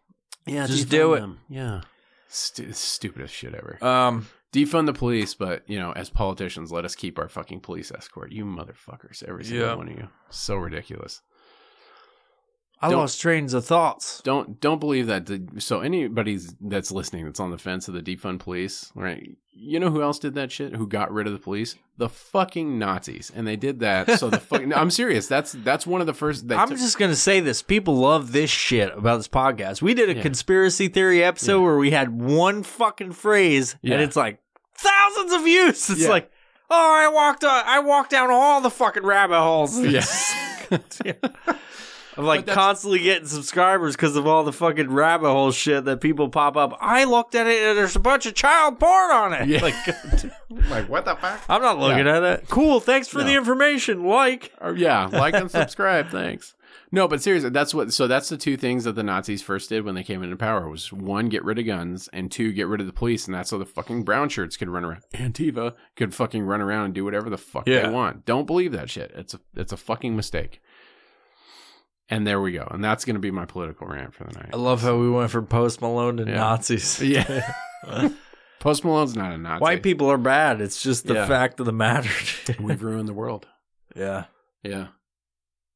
S2: yeah,
S3: just do it.
S2: Yeah. Stu- stupidest shit ever.
S3: Um,
S2: defund the police, but you know, as politicians, let us keep our fucking police escort. You motherfuckers, every single
S3: Yeah.
S2: one of you. So ridiculous.
S3: I
S2: Don't-
S3: lost trains of thoughts.
S2: Don't don't believe that. the- So anybody that's listening that's on the fence of the defund police, right? You know who else did that shit? Who got rid of the police? The fucking Nazis, and they did that. So the fucking. No, I'm serious. That's that's one of the first. They
S3: I'm
S2: took-
S3: just gonna say this: people love this shit about this podcast. We did a
S2: Yeah.
S3: conspiracy theory episode where we had one fucking phrase,
S2: Yeah.
S3: and it's like thousands of views. It's
S2: Yeah.
S3: like, oh, I walked on, I walked down all the fucking rabbit holes.
S2: yeah.
S3: I'm like
S2: But that's-
S3: constantly getting subscribers because of all the fucking rabbit hole shit that people pop up. I looked at it, and there's a bunch of child porn on it.
S2: Yeah.
S3: Like,
S2: like what the fuck?
S3: I'm not looking at it. Cool. Thanks for
S2: No.
S3: the information. Like.
S2: Or, yeah, like and subscribe. Thanks. No, but seriously, that's what. So that's the two things that the Nazis first did when they came into power was one, get rid of guns, and two, get rid of the police, and that's so the fucking brown shirts could run around, Antifa could fucking run around and do whatever the fuck
S3: Yeah.
S2: they want. Don't believe that shit. It's a it's a fucking mistake. And there we go. And that's gonna be my political rant for the night.
S3: I love how we went from Post Malone to
S2: Yeah.
S3: Nazis.
S2: yeah. Post Malone's not a Nazi.
S3: White people are bad. It's just the
S2: Yeah.
S3: fact of the matter. dude.
S2: We've ruined the world.
S3: yeah.
S2: Yeah.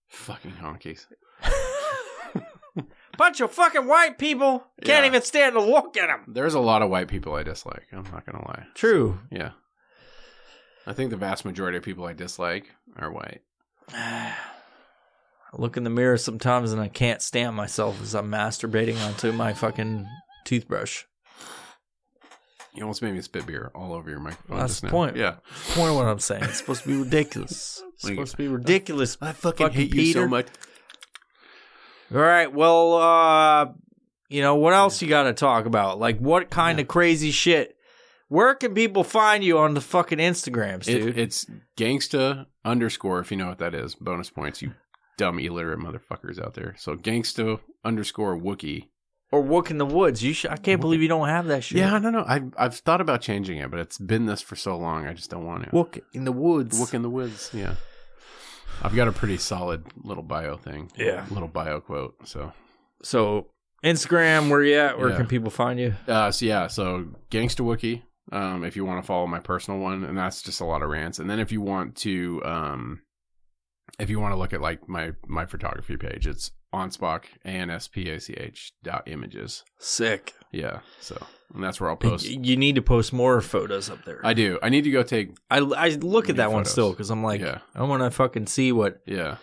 S2: Fucking honkies.
S3: Bunch of fucking white people can't
S2: Yeah.
S3: even stand to look at them.
S2: There's a lot of white people I dislike. I'm not gonna lie.
S3: True.
S2: Yeah. I think the vast majority of people I dislike are white.
S3: I look in the mirror sometimes and I can't stand myself as I'm masturbating onto my fucking toothbrush.
S2: You almost made me spit beer all over your microphone.
S3: That's
S2: just
S3: the
S2: now.
S3: point.
S2: Yeah.
S3: Point of what I'm saying. It's supposed to be ridiculous. It's
S2: Like-
S3: supposed to be ridiculous. I
S2: Fucking hate you so much.
S3: All right. Well, uh, you know, what else you got to talk about? Like, what kind of crazy shit? Where can people find you on the fucking Instagrams,
S2: It-
S3: dude?
S2: it's gangsta underscore, if you know what that is. Bonus points, you dumb illiterate motherfuckers out there. So gangsta underscore Wookie.
S3: or Wook in the Woods. You sh- I can't believe you don't have that shit.
S2: Yeah, I don't know. I've, I've thought about changing it, but it's been this for so long. I just don't want to.
S3: Wook in the Woods.
S2: Wook in the woods. Yeah. I've got a pretty solid little bio thing.
S3: Yeah.
S2: Little bio quote. So,
S3: So Instagram, where you at? Where
S2: Yeah.
S3: can people find you?
S2: uh, so yeah, so Gangsta Wookie, um, if you want to follow my personal one, and that's just a lot of rants. And then if you want to, um, if you want to look at like my my photography page, it's onspach a n s p a c h dot images.
S3: Sick.
S2: Yeah, so and that's where I'll post.
S3: You need to post more photos up there.
S2: I do. I need to go take.
S3: I, I look
S2: New
S3: at that one
S2: photos.
S3: still because I'm like,
S2: Yeah.
S3: I want to fucking see what.
S2: Yeah.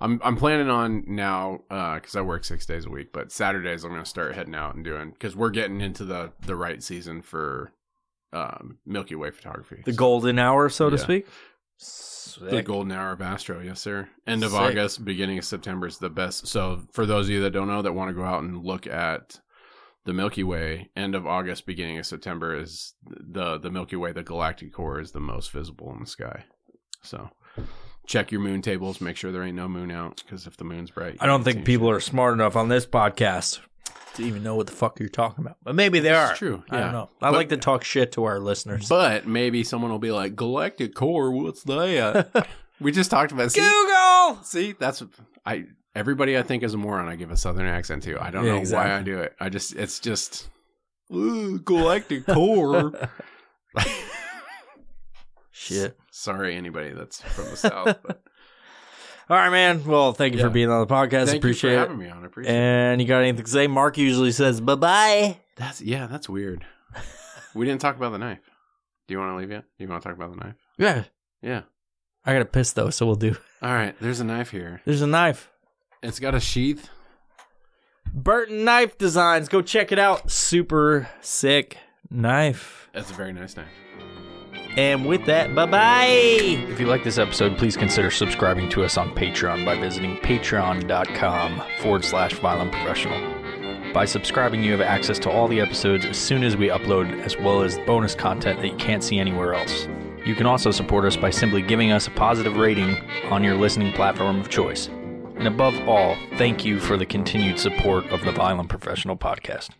S2: I'm I'm planning on now because I work six days a week, but Saturdays I'm gonna start heading out and doing because we're getting into the the right season for um, Milky Way photography.
S3: The golden hour, so to
S2: Yeah.
S3: speak.
S2: the
S3: Sick.
S2: golden hour of Astro, yes sir. End of
S3: Sick.
S2: August, beginning of September is the best. So for those of you that don't know that want to go out and look at the Milky Way, end of August, beginning of September is the the Milky Way, the galactic core is the most visible in the sky. So check your moon tables, make sure there ain't no moon out because if the moon's bright, you
S3: I don't
S2: can't
S3: think
S2: see
S3: people are smart enough on this podcast to even know what the fuck you're talking about. But maybe they
S2: shit.
S3: are.
S2: It's true.
S3: I
S2: yeah.
S3: don't know. I
S2: But-
S3: like to talk shit to our listeners.
S2: But maybe someone will be like, galactic core, what's that? we just talked about see,
S3: Google.
S2: See, that's I. Everybody I think is a moron. I give a southern accent to. I don't
S3: Yeah,
S2: know
S3: exactly.
S2: why I do it. I just it's just ooh, galactic core.
S3: Shit.
S2: Sorry, anybody that's from the south. But
S3: All right, man. Well, thank you
S2: Yeah.
S3: for being on the podcast.
S2: thank
S3: appreciate
S2: you for
S3: it.
S2: having me on. I appreciate it.
S3: And you got anything to say? Mark usually says bye bye.
S2: That's yeah, that's weird. we didn't talk about the knife. Do you want to leave yet? Do you want to talk about the knife?
S3: Yeah.
S2: Yeah.
S3: I got to piss though, so we'll do.
S2: All right. There's a knife here.
S3: There's a knife.
S2: It's got a sheath.
S3: Burton Knife Designs. Go check it out. Super sick knife.
S2: That's a very nice knife.
S3: And with that, bye bye.
S4: If you like this episode, please consider subscribing to us on Patreon by visiting patreon.com forward slash violent professional. By subscribing, you have access to all the episodes as soon as we upload, as well as bonus content that you can't see anywhere else. You can also support us by simply giving us a positive rating on your listening platform of choice. And above all, thank you for the continued support of the Violent Professional Podcast.